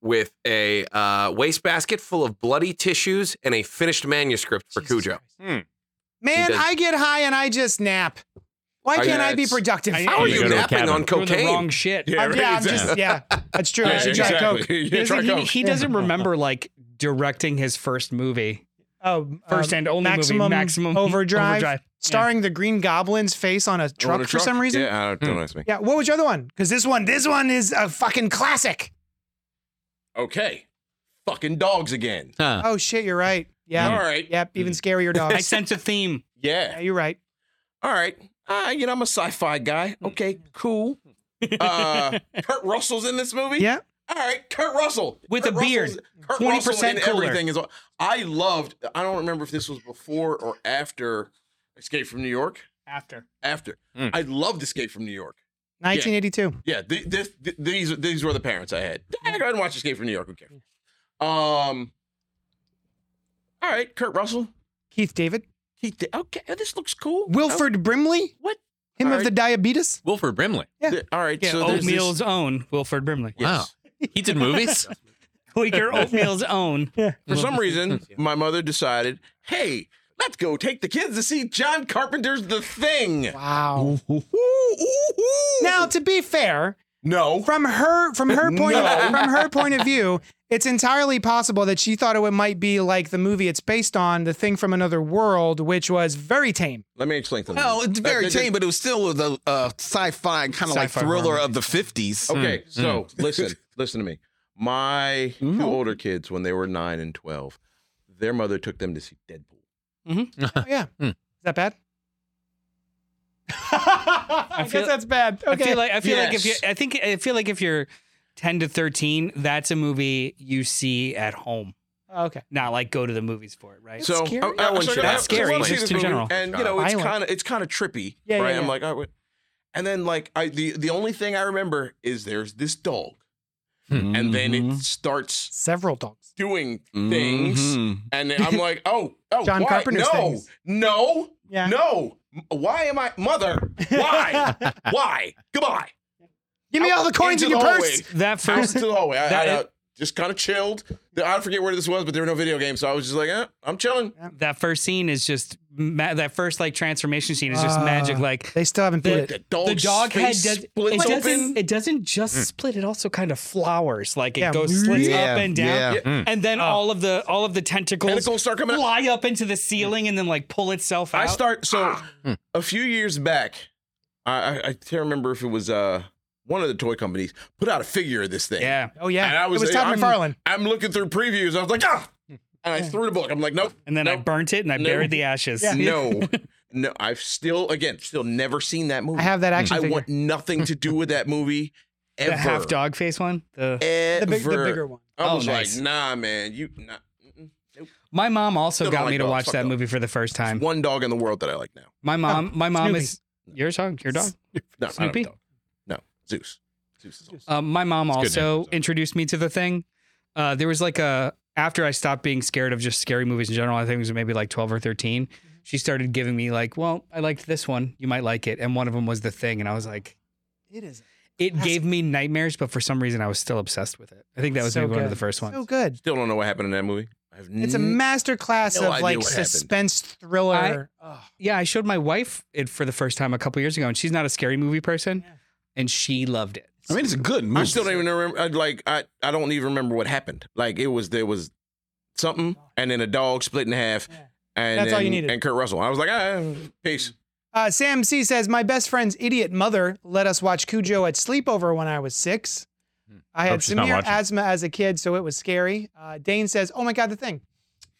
with a uh, wastebasket full of bloody tissues and a finished manuscript for
Jesus
Cujo.
Christ.
Hmm.
Man,
does-
I get high and I just nap. Why
I-
can't
yeah,
I be
it's-
productive?
I-
How are
You
you
go to a
napping
cabin.
on
Doing the wrong
cocaine?
shit.
I'm-
right,
Uh, yeah, I'm
exactly.
just yeah. That's true.
Yeah,
I should try
exactly.
coke.
Yeah,
He doesn't-
try
he,
Coke.
he doesn't remember like directing his first movie,
Oh,
first
um,
and only
maximum
movie, Maximum
Overdrive,
Overdrive.
starring the Green Goblin's face on a
You want
truck
a
for
truck?
some reason. Yeah.
Yeah, I don't, don't ask me.
What was your other one? Because this one, this one is a fucking classic.
Hmm.
Okay. Fucking dogs again.
Huh.
Oh shit, you're right. Yeah.
All right.
Yep. Even scarier
I
dogs.
sense a theme.
yeah,
Yeah.
you're right.
All right. Uh, you know, I'm a sci-fi guy.
Mm.
Okay, cool. Uh, Kurt Russell's in this movie.
Yeah.
All right, Kurt Russell
With
Kurt
a beard.
Russell's- Kurt
20%
Russell in
cooler.
everything is. I loved. I don't remember if this was before or after Escape from New York.
After
After
Hmm.
Mm.
I loved Escape from New York.
1982.
Yeah, th- this, th- these these were the parents I had. Eh, Go ahead and watch Escape from New York. Who cares? Um. All right, Kurt Russell.
Keith David,
Keith. Da- Okay, this looks cool.
Wilford Brimley.
Oh. What?
Him
All
of
right.
the diabetes.
Wilford Brimley.
Oh, all right.
yeah,
so there's
Oatmeal's
This,
own Wilford Brimley.
yes.
Wow. He did movies.
Quaker Oatmeal's own.
For some reason, my mother decided, hey, let's go take the kids to see John Carpenter's The Thing.
Wow.
Ooh, ooh, ooh.
Now, to be fair,
no.
from her from her point
No.
of, from her point of view, it's entirely possible that she thought it would- might be like the movie it's based on, The Thing from Another World, which was very tame.
Let me explain something.
well, it's very
That- that-
tame, but it was still the uh, sci-fi kind of like
Sci-fi
thriller
horror.
of the fifties.
Okay, so
hmm.
listen, listen to me. My
Mm-hmm.
two older kids, when they were nine and 12, their mother took them to see Deadpool.
Oh, yeah.
Hmm.
Is that bad? I,
feel-
guess that's bad. Okay.
I feel like I feel like if you,
Yes.
I think I feel like if you're ten to thirteen, that's a movie you see at home,
Oh, okay.
not like go to the movies for it, right?
so oh,
scary.
I- I-
That
so
one should-
I-
that's
so I
scary,
wanna see
just
this
in
movie,
general.
And you know, it's
Violent.
kind of it's kind of trippy,
Yeah, yeah,
right? I'm
yeah.
like, all right. And then like I the the only thing I remember is there's this dog, and then
Mm-hmm.
it starts
Several dogs.
doing things,
Mm-hmm.
and then I'm like, oh, oh,
John
why?
Carpenter's
no,
things.
no,
Yeah.
no. M- Why am I, mother? Why? why? Goodbye.
Give me all the coins
Into
in your
the
purse.
hallway.
that
Out
first
into the hallway. I,
That
I, uh,
is-
just kind of chilled. I forget where this was, but there were no video games, so I was just like, eh, I'm chilling.
that first scene is just ma- that first like transformation scene is just
Uh,
magic. Like
They still haven't beat
Like,
it.
the dog,
the dog head
face
does, it
Oh, splits
doesn't
open.
it doesn't just split it also kind of flowers like it
Yeah.
goes slits
Hmm. Yeah,
up and down
yeah. Hmm.
Mm.
and then all of the all of the tentacles,
Ah. Tentacles start coming out.
fly up into the ceiling and then like pull itself out
I start so
Hmm.
a few years back. I, I I can't remember if it was uh one of the toy companies put out a figure of this thing.
yeah
Oh yeah,
And I was
it was
like,
Todd
I'm-
McFarlane.
I'm looking through previews. I was like, ah, and I threw the book. I'm like, nope.
and then I
nope,
burnt it and I
No.
buried the ashes
no, no. I've still, again, still never seen that movie.
I have that action
I
figure.
want nothing to do with that movie
the
ever.
half dog face one the
the,
Ever.
big, the bigger one.
I
Oh,
was
nice.
like, nah, man. You nah.
my mom also
Still
got me
don't like
to
dogs.
watch
Fuck
that
dogs.
movie for the first
There's
time
one dog in the world that I like now.
my mom my mom
Snoopy.
is your dog your dog
No,
Snoopy?
I don't have a dog. No, Zeus. Zeus is awesome.
Um, my mom
It's good
also
name.
introduced me to the thing.
Mm-hmm.
Uh, there was like a after I stopped being scared of just scary movies in general. I think it was maybe like twelve or thirteen. she started giving me like, well, I liked this one. You might like it. And one of them was the thing. And I was like,
It is
it
That's-
gave me nightmares, but for some reason I was still obsessed with it. I think that was
So
maybe one of
good.
the first ones.
so good.
Still don't know what happened in that movie. I have
It's a
Mm-hmm.
n-
masterclass
No
of
idea
like
what happened.
suspense thriller. Ugh.
Yeah, I showed my wife it for the first time a couple years ago, and she's not a scary movie person, and she loved it.
I mean, it's a good movie.
I still don't even remember. I, like I, I don't even remember what happened. Like it was there was something, and then a dog split in half,
Yeah.
and
That's all
then-
you needed.
And Kurt Russell. I was like, ah, peace.
Uh, Sam C says, My best friend's idiot mother let us watch Cujo at sleepover when I was six.
Hmm.
I had
Hope she's not
severe
watching.
asthma as a kid, so it was scary. Uh, Dane says, Oh my God, the thing.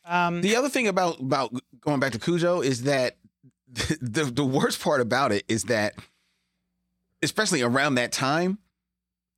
Um,
The other thing about about going back to Cujo is that the, the worst part about it is that, especially around that time,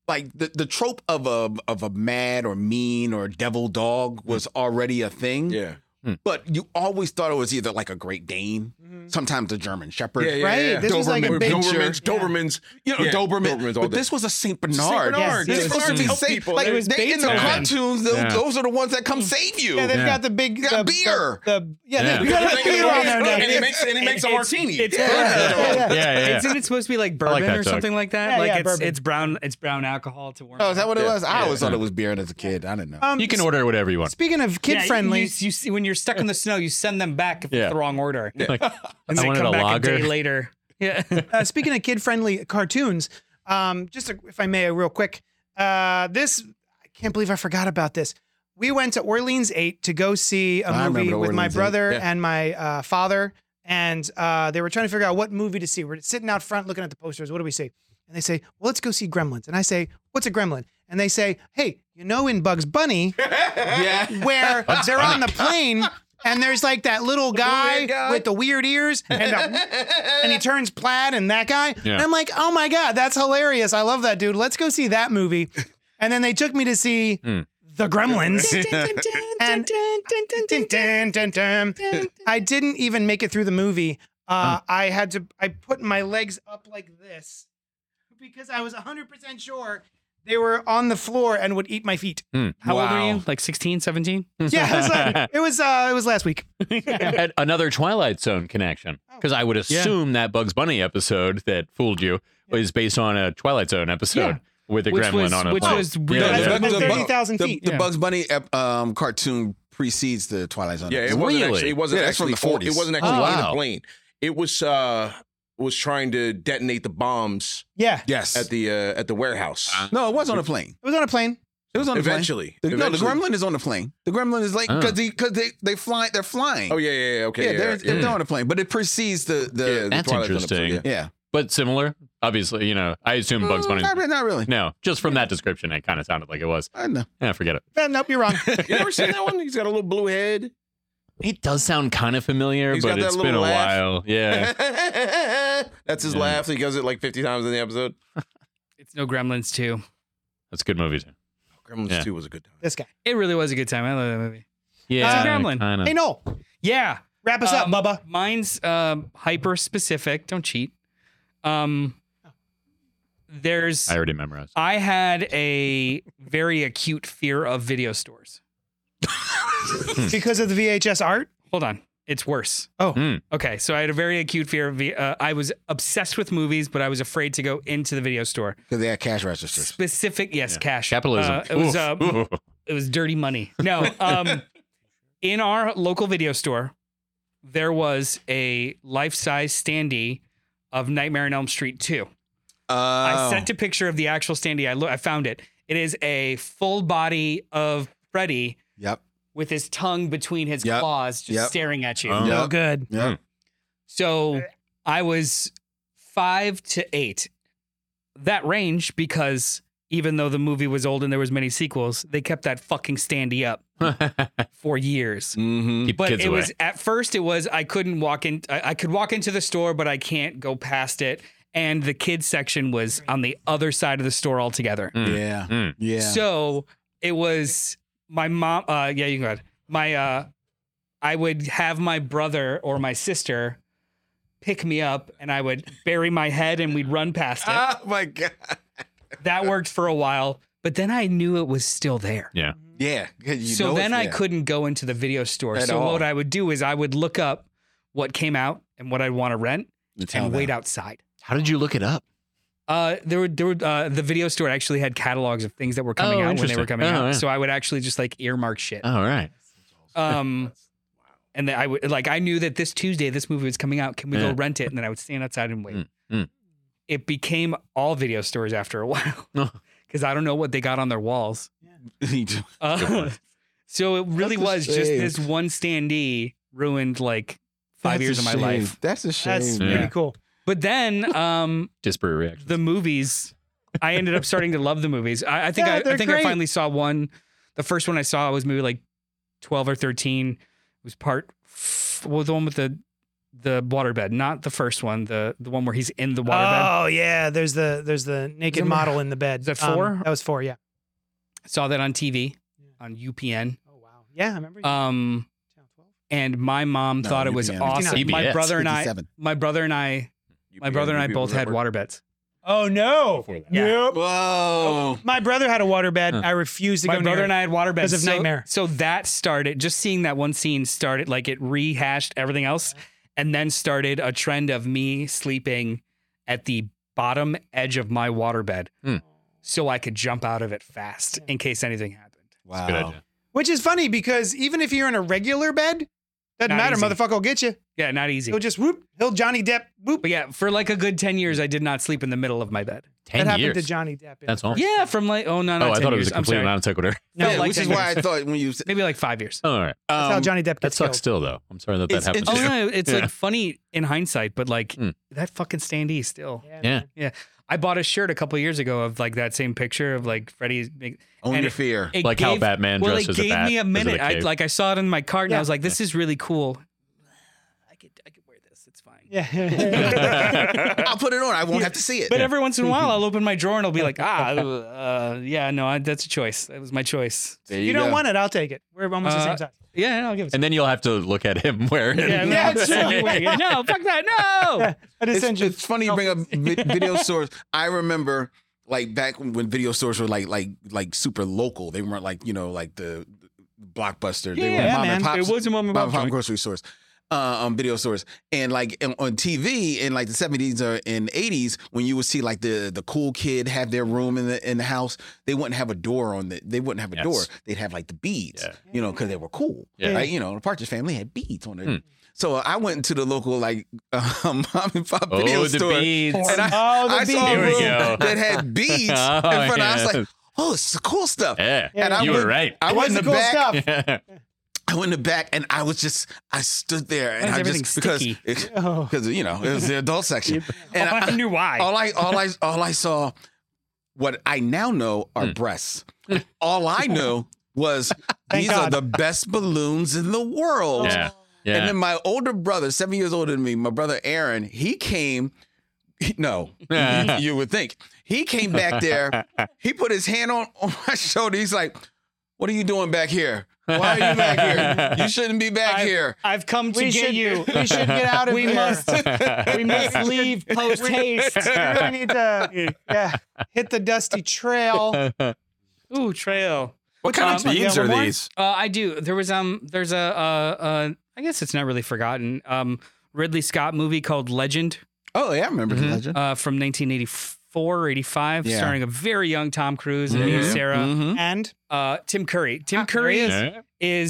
like the, the trope of a of a mad or mean or devil dog was already a thing.
Mm-hmm. Yeah,
But you always thought it was either like a Great Dane,
Mm-hmm.
sometimes a German Shepherd.
yeah, yeah.
right?
yeah.
This was like a
Doberman-
big
Dobermans,
Yeah.
Dobermans.
You know,
Yeah,
Doberman.
Dobermans all
but
day.
this was a Saint
Saint
Bernard.
Bernard.
Yes,
This
it
was
was
supposed to
help
save.
people.
Like
It
was
they, in the
Beethoven.
cartoons, those-
Yeah.
those are the ones that come save you.
Mm. yeah, they've
Yeah.
got the big
Got
the,
beer.
The, the- yeah,
Yeah.
they've got a beer on their neck.
and he makes and he makes a
it's-
martini.
it's
Yeah.
perfect.
Yeah, yeah.
Yeah, yeah. yeah.
Isn't it supposed to be like bourbon
that,
or
Doug.
something like that?
Yeah,
like
yeah,
it's
bourbon.
it's brown it's brown alcohol to warm.
Oh, is that what it
Yeah.
was? I
Yeah.
always thought it was beer as a kid. I didn't know.
Um,
You can order whatever you want.
Speaking of kid
Yeah, you-
friendly,
You, you see, when you're stuck in the snow, you send them back if
Yeah.
it's the wrong order.
Like,
And
I
they
wanted
come
a
back a
lager.
day later. Yeah.
uh, speaking of kid-friendly cartoons, um, just a, if I may, real quick, uh, this I can't believe I forgot about this. We went to Orleans Eight to go see a
I remember
movie
the
with my
Orleans Eight,
brother
yeah.
and my uh, father, and uh, they were trying to figure out what movie to see. We're sitting out front looking at the posters. What do we see? And they say, "Well, let's go see Gremlins." And I say, "What's a Gremlin?" And they say, "Hey, you know, in Bugs Bunny."
yeah.
where they're on the plane and there's like that little guy,
blue-eyed guy?
with the weird ears and, the- and he turns plaid and that guy.
Yeah.
And I'm like, oh my God, that's hilarious. I love that dude. Let's go see that movie. And then they took me to see
Hmm.
The Gremlins. and Dun, dun, dun, dun. I didn't even make it through the movie. Uh, I had to, I put my legs up like this because I was 100% sure they were on the floor and would eat my feet.
How old are you? Like 16, 17?
Yeah, it was, like, it was, uh, it was last week.
At another Twilight Zone connection, because I would assume that Bugs Bunny episode that fooled you was based on a Twilight Zone episode
Yeah.
with a
Which
gremlin
was-
on Oh. a
which
plane.
was
yeah,
really-
yeah.
That's
The-
about
the-
30,000
the-
feet.
The
Yeah.
Bugs Bunny ep- um, cartoon precedes the Twilight Zone.
Yeah, it
episode.
wasn't
Really?
actually. It wasn't
Yeah, that's from
actually.
the 40s.
It wasn't actually
Oh,
on
wow.
the plane. It was uh was trying to detonate the bombs
Yeah, it
yes.
at the uh, at the warehouse.
Uh,
no, it was on a plane.
was on a plane.
It was on a plane.
Eventually,
Ah. The- no, the
Eventually.
gremlin is on the plane. The gremlin is like
Oh.
because because they they fly they're flying.
Oh yeah, yeah, yeah. Okay,
yeah,
yeah,
they're,
yeah,
they're on a plane, but it precedes the
yeah, the
the
That's
Twilight Zone episode,
interesting.
yeah.
but similar. Obviously, you know, I assume Bugs
Mm,
Bunny.
Not, re- not really.
No, just from that description, it kind of sounded like it was.
I know.
Yeah, forget it.
Eh, nope, you're wrong.
yeah. You ever seen that one? He's got a little blue head.
It does sound kind of familiar,
He's got
but
that
it's been a
little laugh.
while. Yeah.
That's his
Yeah.
laugh. He goes it like fifty times in the episode.
It's no Gremlins 2.
That's a good movie, too.
Gremlins
Yeah.
Two was a good time.
this guy.
It really was a good time. I love that movie.
Yeah.
Gremlin.
Kind of.
Hey, Noel,
Yeah.
wrap us
Um,
up, Uh, Bubba.
Mine's um, hyper specific. Don't cheat. Um, there's.
I already memorized.
I had a very acute fear of video stores.
Because of the VHS art,
Hold on. It's worse.
Oh.
Hmm.
Okay. So I had a very acute fear of. V- uh, I was obsessed with movies, but I was afraid to go into the video store.
Because they had cash registers.
Specific. Yes, cash.
Capitalism.
Uh, it was.
Oof.
Uh,
Oof.
it was dirty money. No, um, in our local video store, there was a life-size standee of Nightmare on Elm Street 2.
Oh.
I sent a picture of the actual standee. I lo- I found it. It is a full body of Freddy
Yep.
with his tongue between his
Yep.
claws, just
Yep.
staring at you.
Oh.
Yep.
no good.
Yep.
So I was five to eight, that range, because even though the movie was old and there was many sequels, they kept that fucking standee up for years.
Mm-hmm.
Keep
But
kids
it
away.
was at first it was I couldn't walk in. I, I could walk into the store, but I can't go past it. And the kids section was on the other side of the store altogether.
Mm.
Yeah.
Mm.
Yeah.
So it was my mom. Uh, yeah, you can go ahead. My, uh, I would have my brother or my sister pick me up, and I would bury my head, and we'd run past it.
oh my god.
That worked for a while, but then I knew it was still there.
Yeah.
Yeah. 'cause you
so
know
then
it's
I
there.
couldn't go into the video store.
At
so
all.
what I would do is I would look up what came out and what I'd want to rent
It's
and
held
wait
down.
outside.
How did you look it up?
Uh, there were there were uh, the video store actually had catalogs of things that were coming
Oh,
out when they
interesting.
were coming
Oh,
out.
yeah. Oh.
So I would actually just like earmark shit.
All right.
Um, and then I would like I knew that this Tuesday this movie was coming out. Can we go
Yeah.
rent it? And then I would stand outside and wait.
Mm, mm.
It became all video stores after a while
Oh.
because I don't know what they got on their walls.
You
Uh, so it really
That's a
was just
shame.
this one standee ruined like five
That's
years
a
of my
shame.
life.
That's a shame.
That's
man.
pretty
Yeah.
cool.
But then um,
Disparate reaction.
the movies, I ended up starting to love the movies. I, I think
Yeah,
I,
they're
I think
great.
I finally saw one. The first one I saw was maybe like twelve or thirteen. It was part f- well the one with the the waterbed, not the first one. The the one where he's in the waterbed.
Oh yeah, there's the there's the naked
Remember-
model in the bed.
Is that
Um,
four?
that was four. Yeah.
saw that on TV on UPN.
Oh wow. Yeah, I remember.
Uh,
you-
Um, and my mom
No,
thought it was
UPN.
awesome. My
PBS.
brother and I,
57.
my brother and I, my brother and I both had water beds.
oh no. Nope.
Whoa.
My brother had a water bed.
Huh.
I refused to
My
go
brother
near
and
it.
I had water beds
'Cause of
so,
Nightmare.
So that started just seeing that one scene started like it rehashed everything else, and then started a trend of me sleeping at the bottom edge of my water bed,
Hmm.
so I could jump out of it fast in case anything happened.
Wow.
Good idea.
Which is funny because even if you're in a regular bed, doesn't
Not
matter.
easy.
Motherfucker will get you.
Yeah, not easy.
He'll just whoop. He'll Johnny Depp whoop.
But yeah, for like a good ten years, I did not sleep in the middle of my bed.
That
Ten
happened
years.
to Johnny Depp. in
That's
the
all.
first
Yeah,
one.
from like oh no, not
oh, I
10
thought it was
years.
a
I'm
complete
sorry.
non sequitur.
No,
yeah,
like
which
ten
is
years.
why I thought when you said
maybe like five years.
All right.
That's how
um,
Johnny Depp
That
gets
sucks
killed.
still, though. I'm sorry that that
It's
happened.
Oh
to you.
no, it's
Yeah.
like funny in hindsight, but like
Hmm.
that fucking standee still.
Yeah.
man.
I bought a shirt a couple years ago of like that same picture of like Freddy. It
own
and
your
it-
fear.
Like how
gave-
Batman
Well, it
dresses
gave
a bat.
me a
because of the
minute. I,
cave.
like I saw it in my cart, and
Yeah.
I was like, "This is really cool. I could I could wear this. It's fine."
Yeah.
I'll put it on. I won't have to see it.
But every once in a while, I'll open my drawer and I'll be like, "Ah, uh, yeah, no, I, that's a choice. That was my choice.
There
you don't
go.
want it. I'll take it. We're almost the
Uh,
same size.
Yeah, I'll give it." To
and then you'll have to look at him wearing
you.
it.
yeah, no,
Yeah,
that's
true.
anyway. no, fuck that, no.
But
It's,
essentially,
it's funny you bring up vi- video stores. I remember like back when video stores were like like like super local. They weren't like you know like the blockbuster. they were
Yeah,
mom
man.
and pop.
It was a mom and pop
mom and pop
joint.
grocery stores, uh, um, video stores, and like on- on TV in like the seventies or in eighties, when you would see like the the cool kid have their room in the in the house, they wouldn't have a door on the. They wouldn't have a
Yes.
door. They'd have like the beads,
Yeah.
you know, because they were cool.
Yeah.
Right? You know, the Partridge Family had beads on it.
Hmm.
So I went to the local like um, mom and pop
Oh,
video
the
store.
beads.
And I,
oh, the
I saw a
Here we
room
go.
that had beads
Oh,
in front. I was
yeah.
like, "Oh, it's the cool stuff."
Yeah.
And I
you
went,
were right.
I went
was
in
the
the
cool
back.
stuff.
Yeah.
I went in the back, and I was just, I stood there, and
is
I
everything
just because
sticky? Oh,
Oh.
because you know it was the adult section, and
I,
I,
knew why.
all I all I all I saw, what I now know are breasts. All I know was
Thank
these
God.
are the best balloons in the world.
Yeah. Yeah.
And then my older brother, seven years older than me, my brother Aaron, he came. he- no, you, you would think he came back there. He put his hand on, on my shoulder. He's like, "What are you doing back here? Why are you back here? You shouldn't be back
I-
here."
I've come to
We
get
should,
you.
we should get out of
We
here.
must- we must leave post haste.
we really need to yeah, hit the dusty trail.
Ooh, trail.
What kind of
Um,
beans
yeah,
are
one more?
these?
Uh, I do. There was um. There's a uh, uh. I guess it's not really forgotten. Um, Ridley Scott movie called Legend,
Oh yeah, I remember
Mm-hmm.
the legend.
uh, from 1984 or 85,
Yeah.
starring a very young Tom Cruise
Mm-hmm.
and Mia
Mm-hmm.
Mhm.
Sarah,
Mhm.
And
uh, Tim Curry. Tim
Ah, there
Curry
he
is.
is.
Yeah.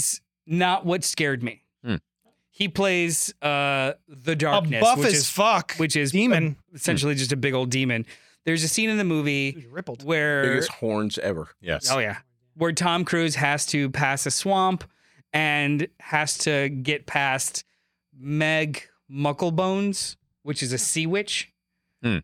not what scared me.
Hmm.
He plays uh the
a
darkness,
buff
which
as
is
fuck.
which is
demon.
essentially just a big old demon. There's a scene in the movie
Dude, rippled.
where
Biggest horns ever.
Yes.
Oh yeah. Where Tom Cruise has to pass a swamp and has to get past Meg Mucklebones, which is a sea witch.
She was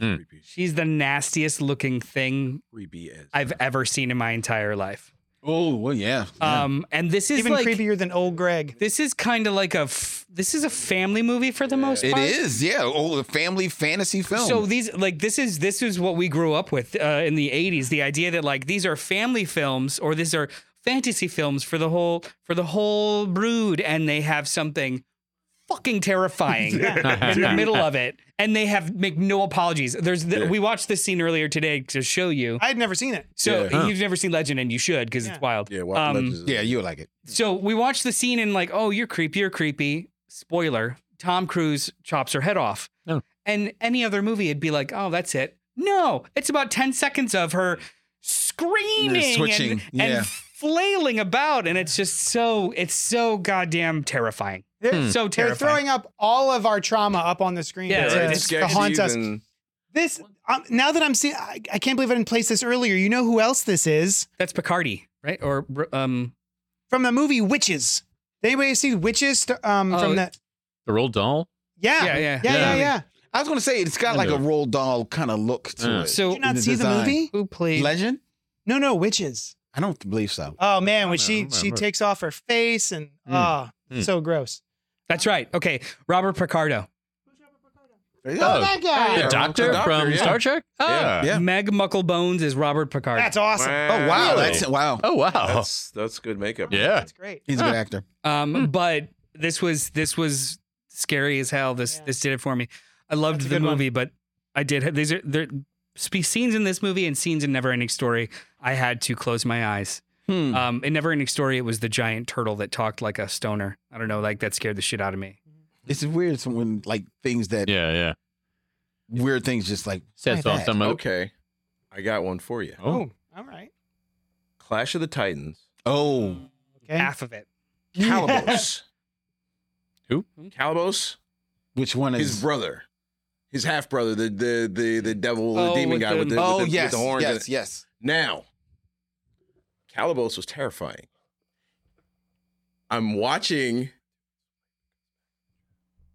Mm.
creepy.
She's the nastiest looking thing
Creepy as.
I've ever seen in my entire life.
Oh well, yeah. yeah.
Um, and this is
Even
like
creepier than old Greg.
this is kind of like a f- this is a family movie for the most
it
part.
is, yeah. Oh, a family fantasy film.
So these like this is this is what we grew up with uh, in the 80s the idea that like these are family films or these are fantasy films for the whole for the whole brood and they have something fucking terrifying in the middle of it and they have make no apologies there's the,
Yeah.
we watched this scene earlier today to show you
I had never seen it.
so
Yeah.
you've never seen legend and you should because
Yeah.
it's wild
yeah. Wild
Um,
Legends is-
yeah, you would like it.
so we watched the scene and like, oh, you're creepy, you're creepy. spoiler, Tom Cruise chops her head off.
Oh.
And any other movie, it'd be like, oh, that's it. No, it's about 10 seconds of her screaming
switching,
and,
yeah.
and flailing about. And it's just so, it's so goddamn terrifying.
They're,
So
they're
terrifying.
throwing up all of our trauma up on the screen
Yeah,
to,
right.
to haunt us. This um, now that I'm seeing, I, I can't believe I didn't place this earlier. You know who else this is
That's Picardy, right? Or, um,
from the movie Witches. Did anybody see Witches? st- Um,
Oh,
from the
The roll doll.
yeah,
yeah, yeah.
yeah, yeah.
Yeah.
yeah.
I was going to say it's got like a roll doll kind of look to
Yeah.
it.
so
Did you not
The
see the
design.
movie?
who played?
Legend?
No, no, Witches.
I don't believe so.
Oh man, when
don't
she
remember.
she takes off her face and
Mm.
ah,
Mm.
so gross.
That's right. Okay. Robert Picardo.
Oh, that guy.
The
Yeah,
doctor,
the doctor,
from
yeah.
Star Trek? Ah.
Yeah.
Meg Mucklebones is Robert Picardo.
That's awesome.
Oh, wow.
Really?
That's wow.
Oh, wow.
That's that's good makeup.
yeah.
That's great.
He's a good actor.
Um,
Hmm.
but this was this was scary as hell. This
Yeah.
this did it for me. I loved
That's a
the
good one.
movie, but I did. These are there spe- scenes in this movie and scenes in Never Ending Story. I had to close my eyes.
Hmm.
Um, in Never Ending Story, it was the giant turtle that talked like a stoner. I don't know, like that scared the shit out of me.
It's weird some- when like things that
Yeah, yeah.
weird things just like
Sets
why
off
that?
some of
Okay, I got one for you.
Oh.
all right.
Clash of the Titans.
Oh,
Okay.
Half of it.
Calibos.
Who?
Calibos.
which one
His
is?
brother. His half brother, the the the the devil,
Oh,
the demon
with
guy
the-
with the
oh
with the, with
yes,
the horns. in
yes,
it.
yes.
Now, Calibos was terrifying. I'm watching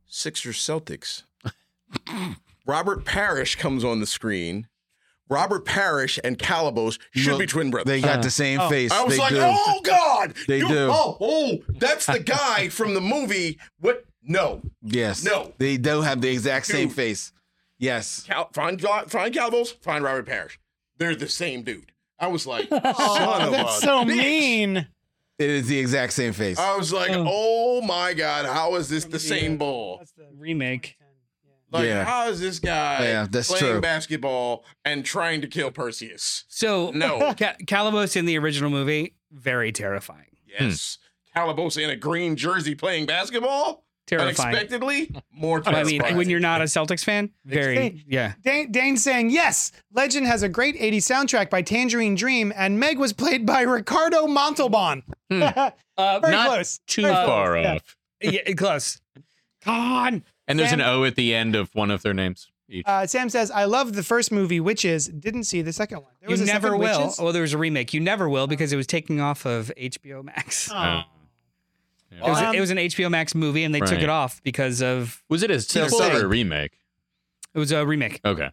Sixers Celtics. Robert Parrish comes on the screen. Robert Parrish and Calibos should
Look,
be twin brothers.
They got the same
Oh.
face.
I was
they
like,
do.
oh God,
They
You-
do.
Oh, oh, that's the guy from the movie. What? No,
yes,
No.
they do have the exact same
Dude.
face. Yes,
Cal- find Cal- find Calibos, find Robert Parrish. They're the same dude. I was like, son
Oh,
of
that's
a
so
bitch.
mean.
it is the exact same face.
I was
Mm.
like, oh my God, how is this the same ball?
Remake.
Like,
Yeah.
how is this guy
Yeah, that's
playing
true.
basketball and trying to kill Perseus?
So
No.
Ca- Calibos in the original movie, very terrifying.
Hmm.
Yes. Calabos in a green jersey playing basketball?
Terrifying.
Unexpectedly? More
I
terrifying.
mean, when you're not a Celtics fan, very
Explain.
yeah.
Dane, Dane's saying, yes, Legend has a great 80s soundtrack by Tangerine Dream, and Meg was played by Ricardo Montalban.
Uh,
Very
Not
close.
too
Very close,
far
yeah.
off.
yeah, close. Come on.
And there's an
Sam-
O at the end of one of their names. Each.
Uh, Sam says, I loved the first movie, Witches. Didn't see the second one. There
you
a
never
second
will.
Witches?
Oh, there was a remake. You never will because it was taking off of HBO Max.
Um,
Uh,
It, was,
Oh. Um,
it was an HBO Max movie, and they took
Right.
it off because of
was it a sequel
Celtic.
or a remake?
it was a remake.
Okay.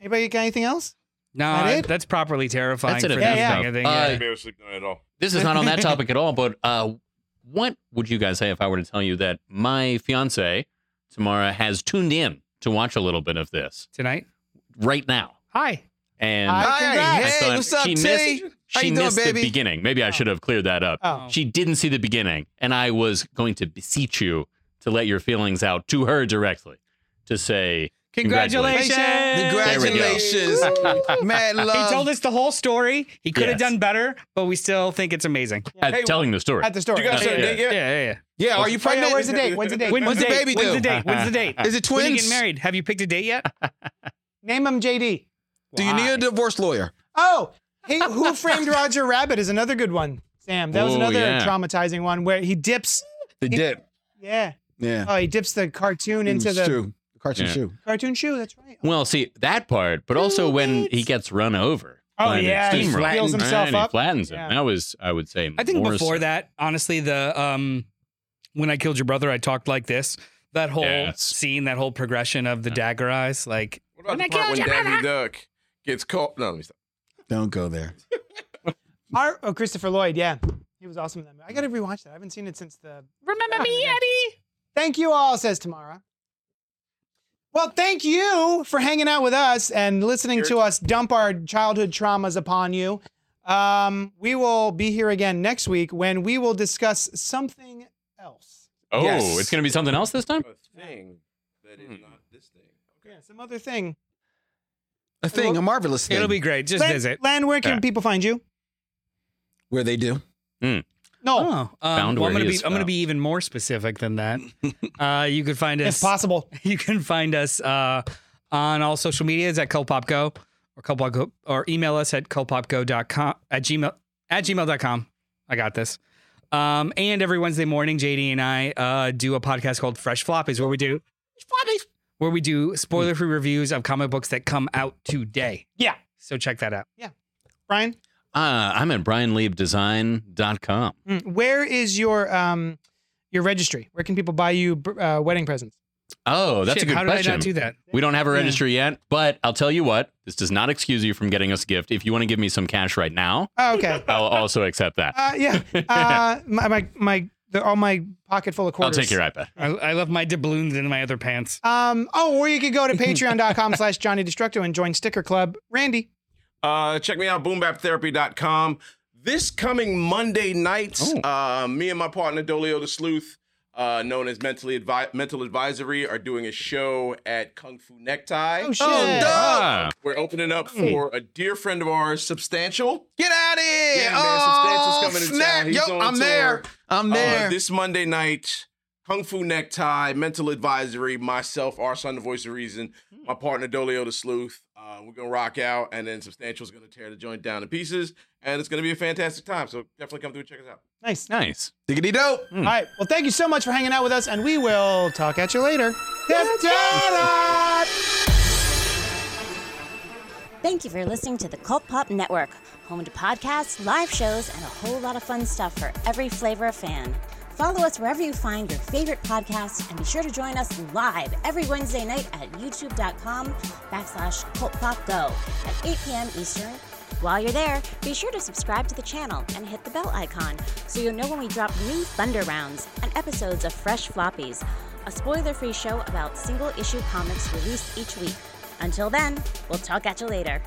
Anybody got anything else?
No,
That it?
that's properly terrifying.
That's an
for
event,
Yeah,
nothing,
though.
I think,
Uh,
yeah.
able to sleep tonight at all.
This is not on that topic at all, but uh, what would you guys say if I were to tell you that my fiance, Tamara, has tuned in to watch a little bit of this
Tonight.
right now?
Hi.
And
Hi.
Hi,
congrats.
I
hey,
thought
what's up,
she
T?
missed,
How
she
you doing,
missed
baby?
the beginning. Maybe I should have cleared that up.
Oh.
She didn't see the beginning, and I was going to beseech you to let your feelings out to her directly to say,
Congratulations.
There we go.
Congratulations, mad love.
He told us the whole story. He could have
Yes.
done better, but we still think it's amazing.
at telling the story.
At the store.
You guys
Yeah.
said it
Yeah,
yet?
yeah,
Yeah, are you
Oh, yeah,
pregnant?
where's the date? When's the
yeah.
date?
When's
When's
the
the
date?
baby
When's
due?
the date? When's the date?
Is it
When are you
twins?
getting married? Have you picked a date yet?
Name him JD.
Do you need a divorce lawyer?
Oh, hey, Who Framed Roger Rabbit is another good one, Sam. That was
Oh,
another
yeah.
traumatizing one where he dips.
They did.
Yeah.
Yeah,
Oh, he dips the cartoon into
It's
the
true. Cartoon
Yeah.
shoe.
cartoon shoe. That's right.
Well, see that part, but also when he gets run over.
Oh,
by the
yeah, he
steamroller.
flattens
Right,
himself
he
up.
flattens him.
Yeah.
That was, I would say,
I think
more
before
so.
that, honestly, the um, when I killed your brother, I talked like this. That whole
Yes.
scene, that whole progression of the dagger eyes, like
What about the part when Daffy Duck gets caught? No, let me stop.
Don't go there.
Our, oh, Christopher Lloyd. Yeah. He was awesome in that movie. I got to rewatch that. I haven't seen it since the.
remember
me,
Eddie.
Thank you all, says Tamara. Well, thank you for hanging out with us and listening to us dump our childhood traumas upon you. Um, we will be here again next week when we will discuss something else.
Oh,
Yes.
it's gonna be something else this time.
A thing that is not this thing.
Yeah, some other thing.
A thing, a marvelous thing.
It'll be great. Just
Len,
visit.
Len, where can
Yeah.
people find you?
where they do.
No,
No,
Oh, um,
Found
well,
where
I'm gonna
he
be
is
I'm gonna
found.
be even more specific than that. uh, you could find us
if possible.
you can find us uh, on all social medias at culpopgo or culpopgo or email us at culpopgo.com at gmail at gmail.com i got this um, and every wednesday morning jd and i uh, do a podcast called fresh floppies where we do where we do spoiler free reviews of comic books that come out today
Yeah.
so check that out
Brian,
Uh, I'm at brianleibdesign.com.
Hmm.
mm, where is your um your registry? Where can people buy you br- uh, wedding presents?
Oh, that's
Shit,
a good
how
question.
did i not do that
We don't have a
Yeah.
registry yet, but I'll tell you what, this does not excuse you from getting us a gift. If you want to give me some cash right now,
Oh, okay.
I'll also accept that.
Uh, yeah. Uh, my my, my the, all my pocket full of
I'll
quarters.
take your iPad.
I, I left my doubloons in my other pants
Um, oh, or you could go to patreon.com slash Johnny Destructo and join Sticker Club. Randy.
Uh, check me out, boombaptherapy.com. This coming Monday night, uh, me and my partner Dolio the Sleuth, uh, known as Mentally Advi- Mental Advisory, are doing a show at Kung Fu Necktie.
Oh, shit.
Ah,
We're opening up for a dear friend of ours, Substantial.
Get out of here!
Yeah, man,
oh,
Substantial's coming to
snap.
town. He's
Yo,
on
I'm
tour.
there. I'm
Uh,
there.
this Monday night, Kung Fu Necktie, Mental Advisory, myself, our son, the voice of reason,
Hmm.
my partner, Dolio the Sleuth. Uh, we're going to rock out, and then Substantial's going to tear the joint down to pieces, and it's going to be a fantastic time. So definitely come through and check us out.
Nice.
nice.
Diggity dope.
Hmm.
All right. Well, thank you so much for hanging out with us, and we will talk at you later.
Thank you for listening to the Cult Pop Network, home to podcasts, live shows, and a whole lot of fun stuff for every flavor of fan. Follow us wherever you find your favorite podcasts, and be sure to join us live every Wednesday night at youtube.com backslash cultpopgo at 8 p.m. Eastern. While you're there, be sure to subscribe to the channel and hit the bell icon so you'll know when we drop new Thunder Rounds and episodes of Fresh Floppies, a spoiler-free show about single-issue comics released each week. Until then, we'll talk at you later.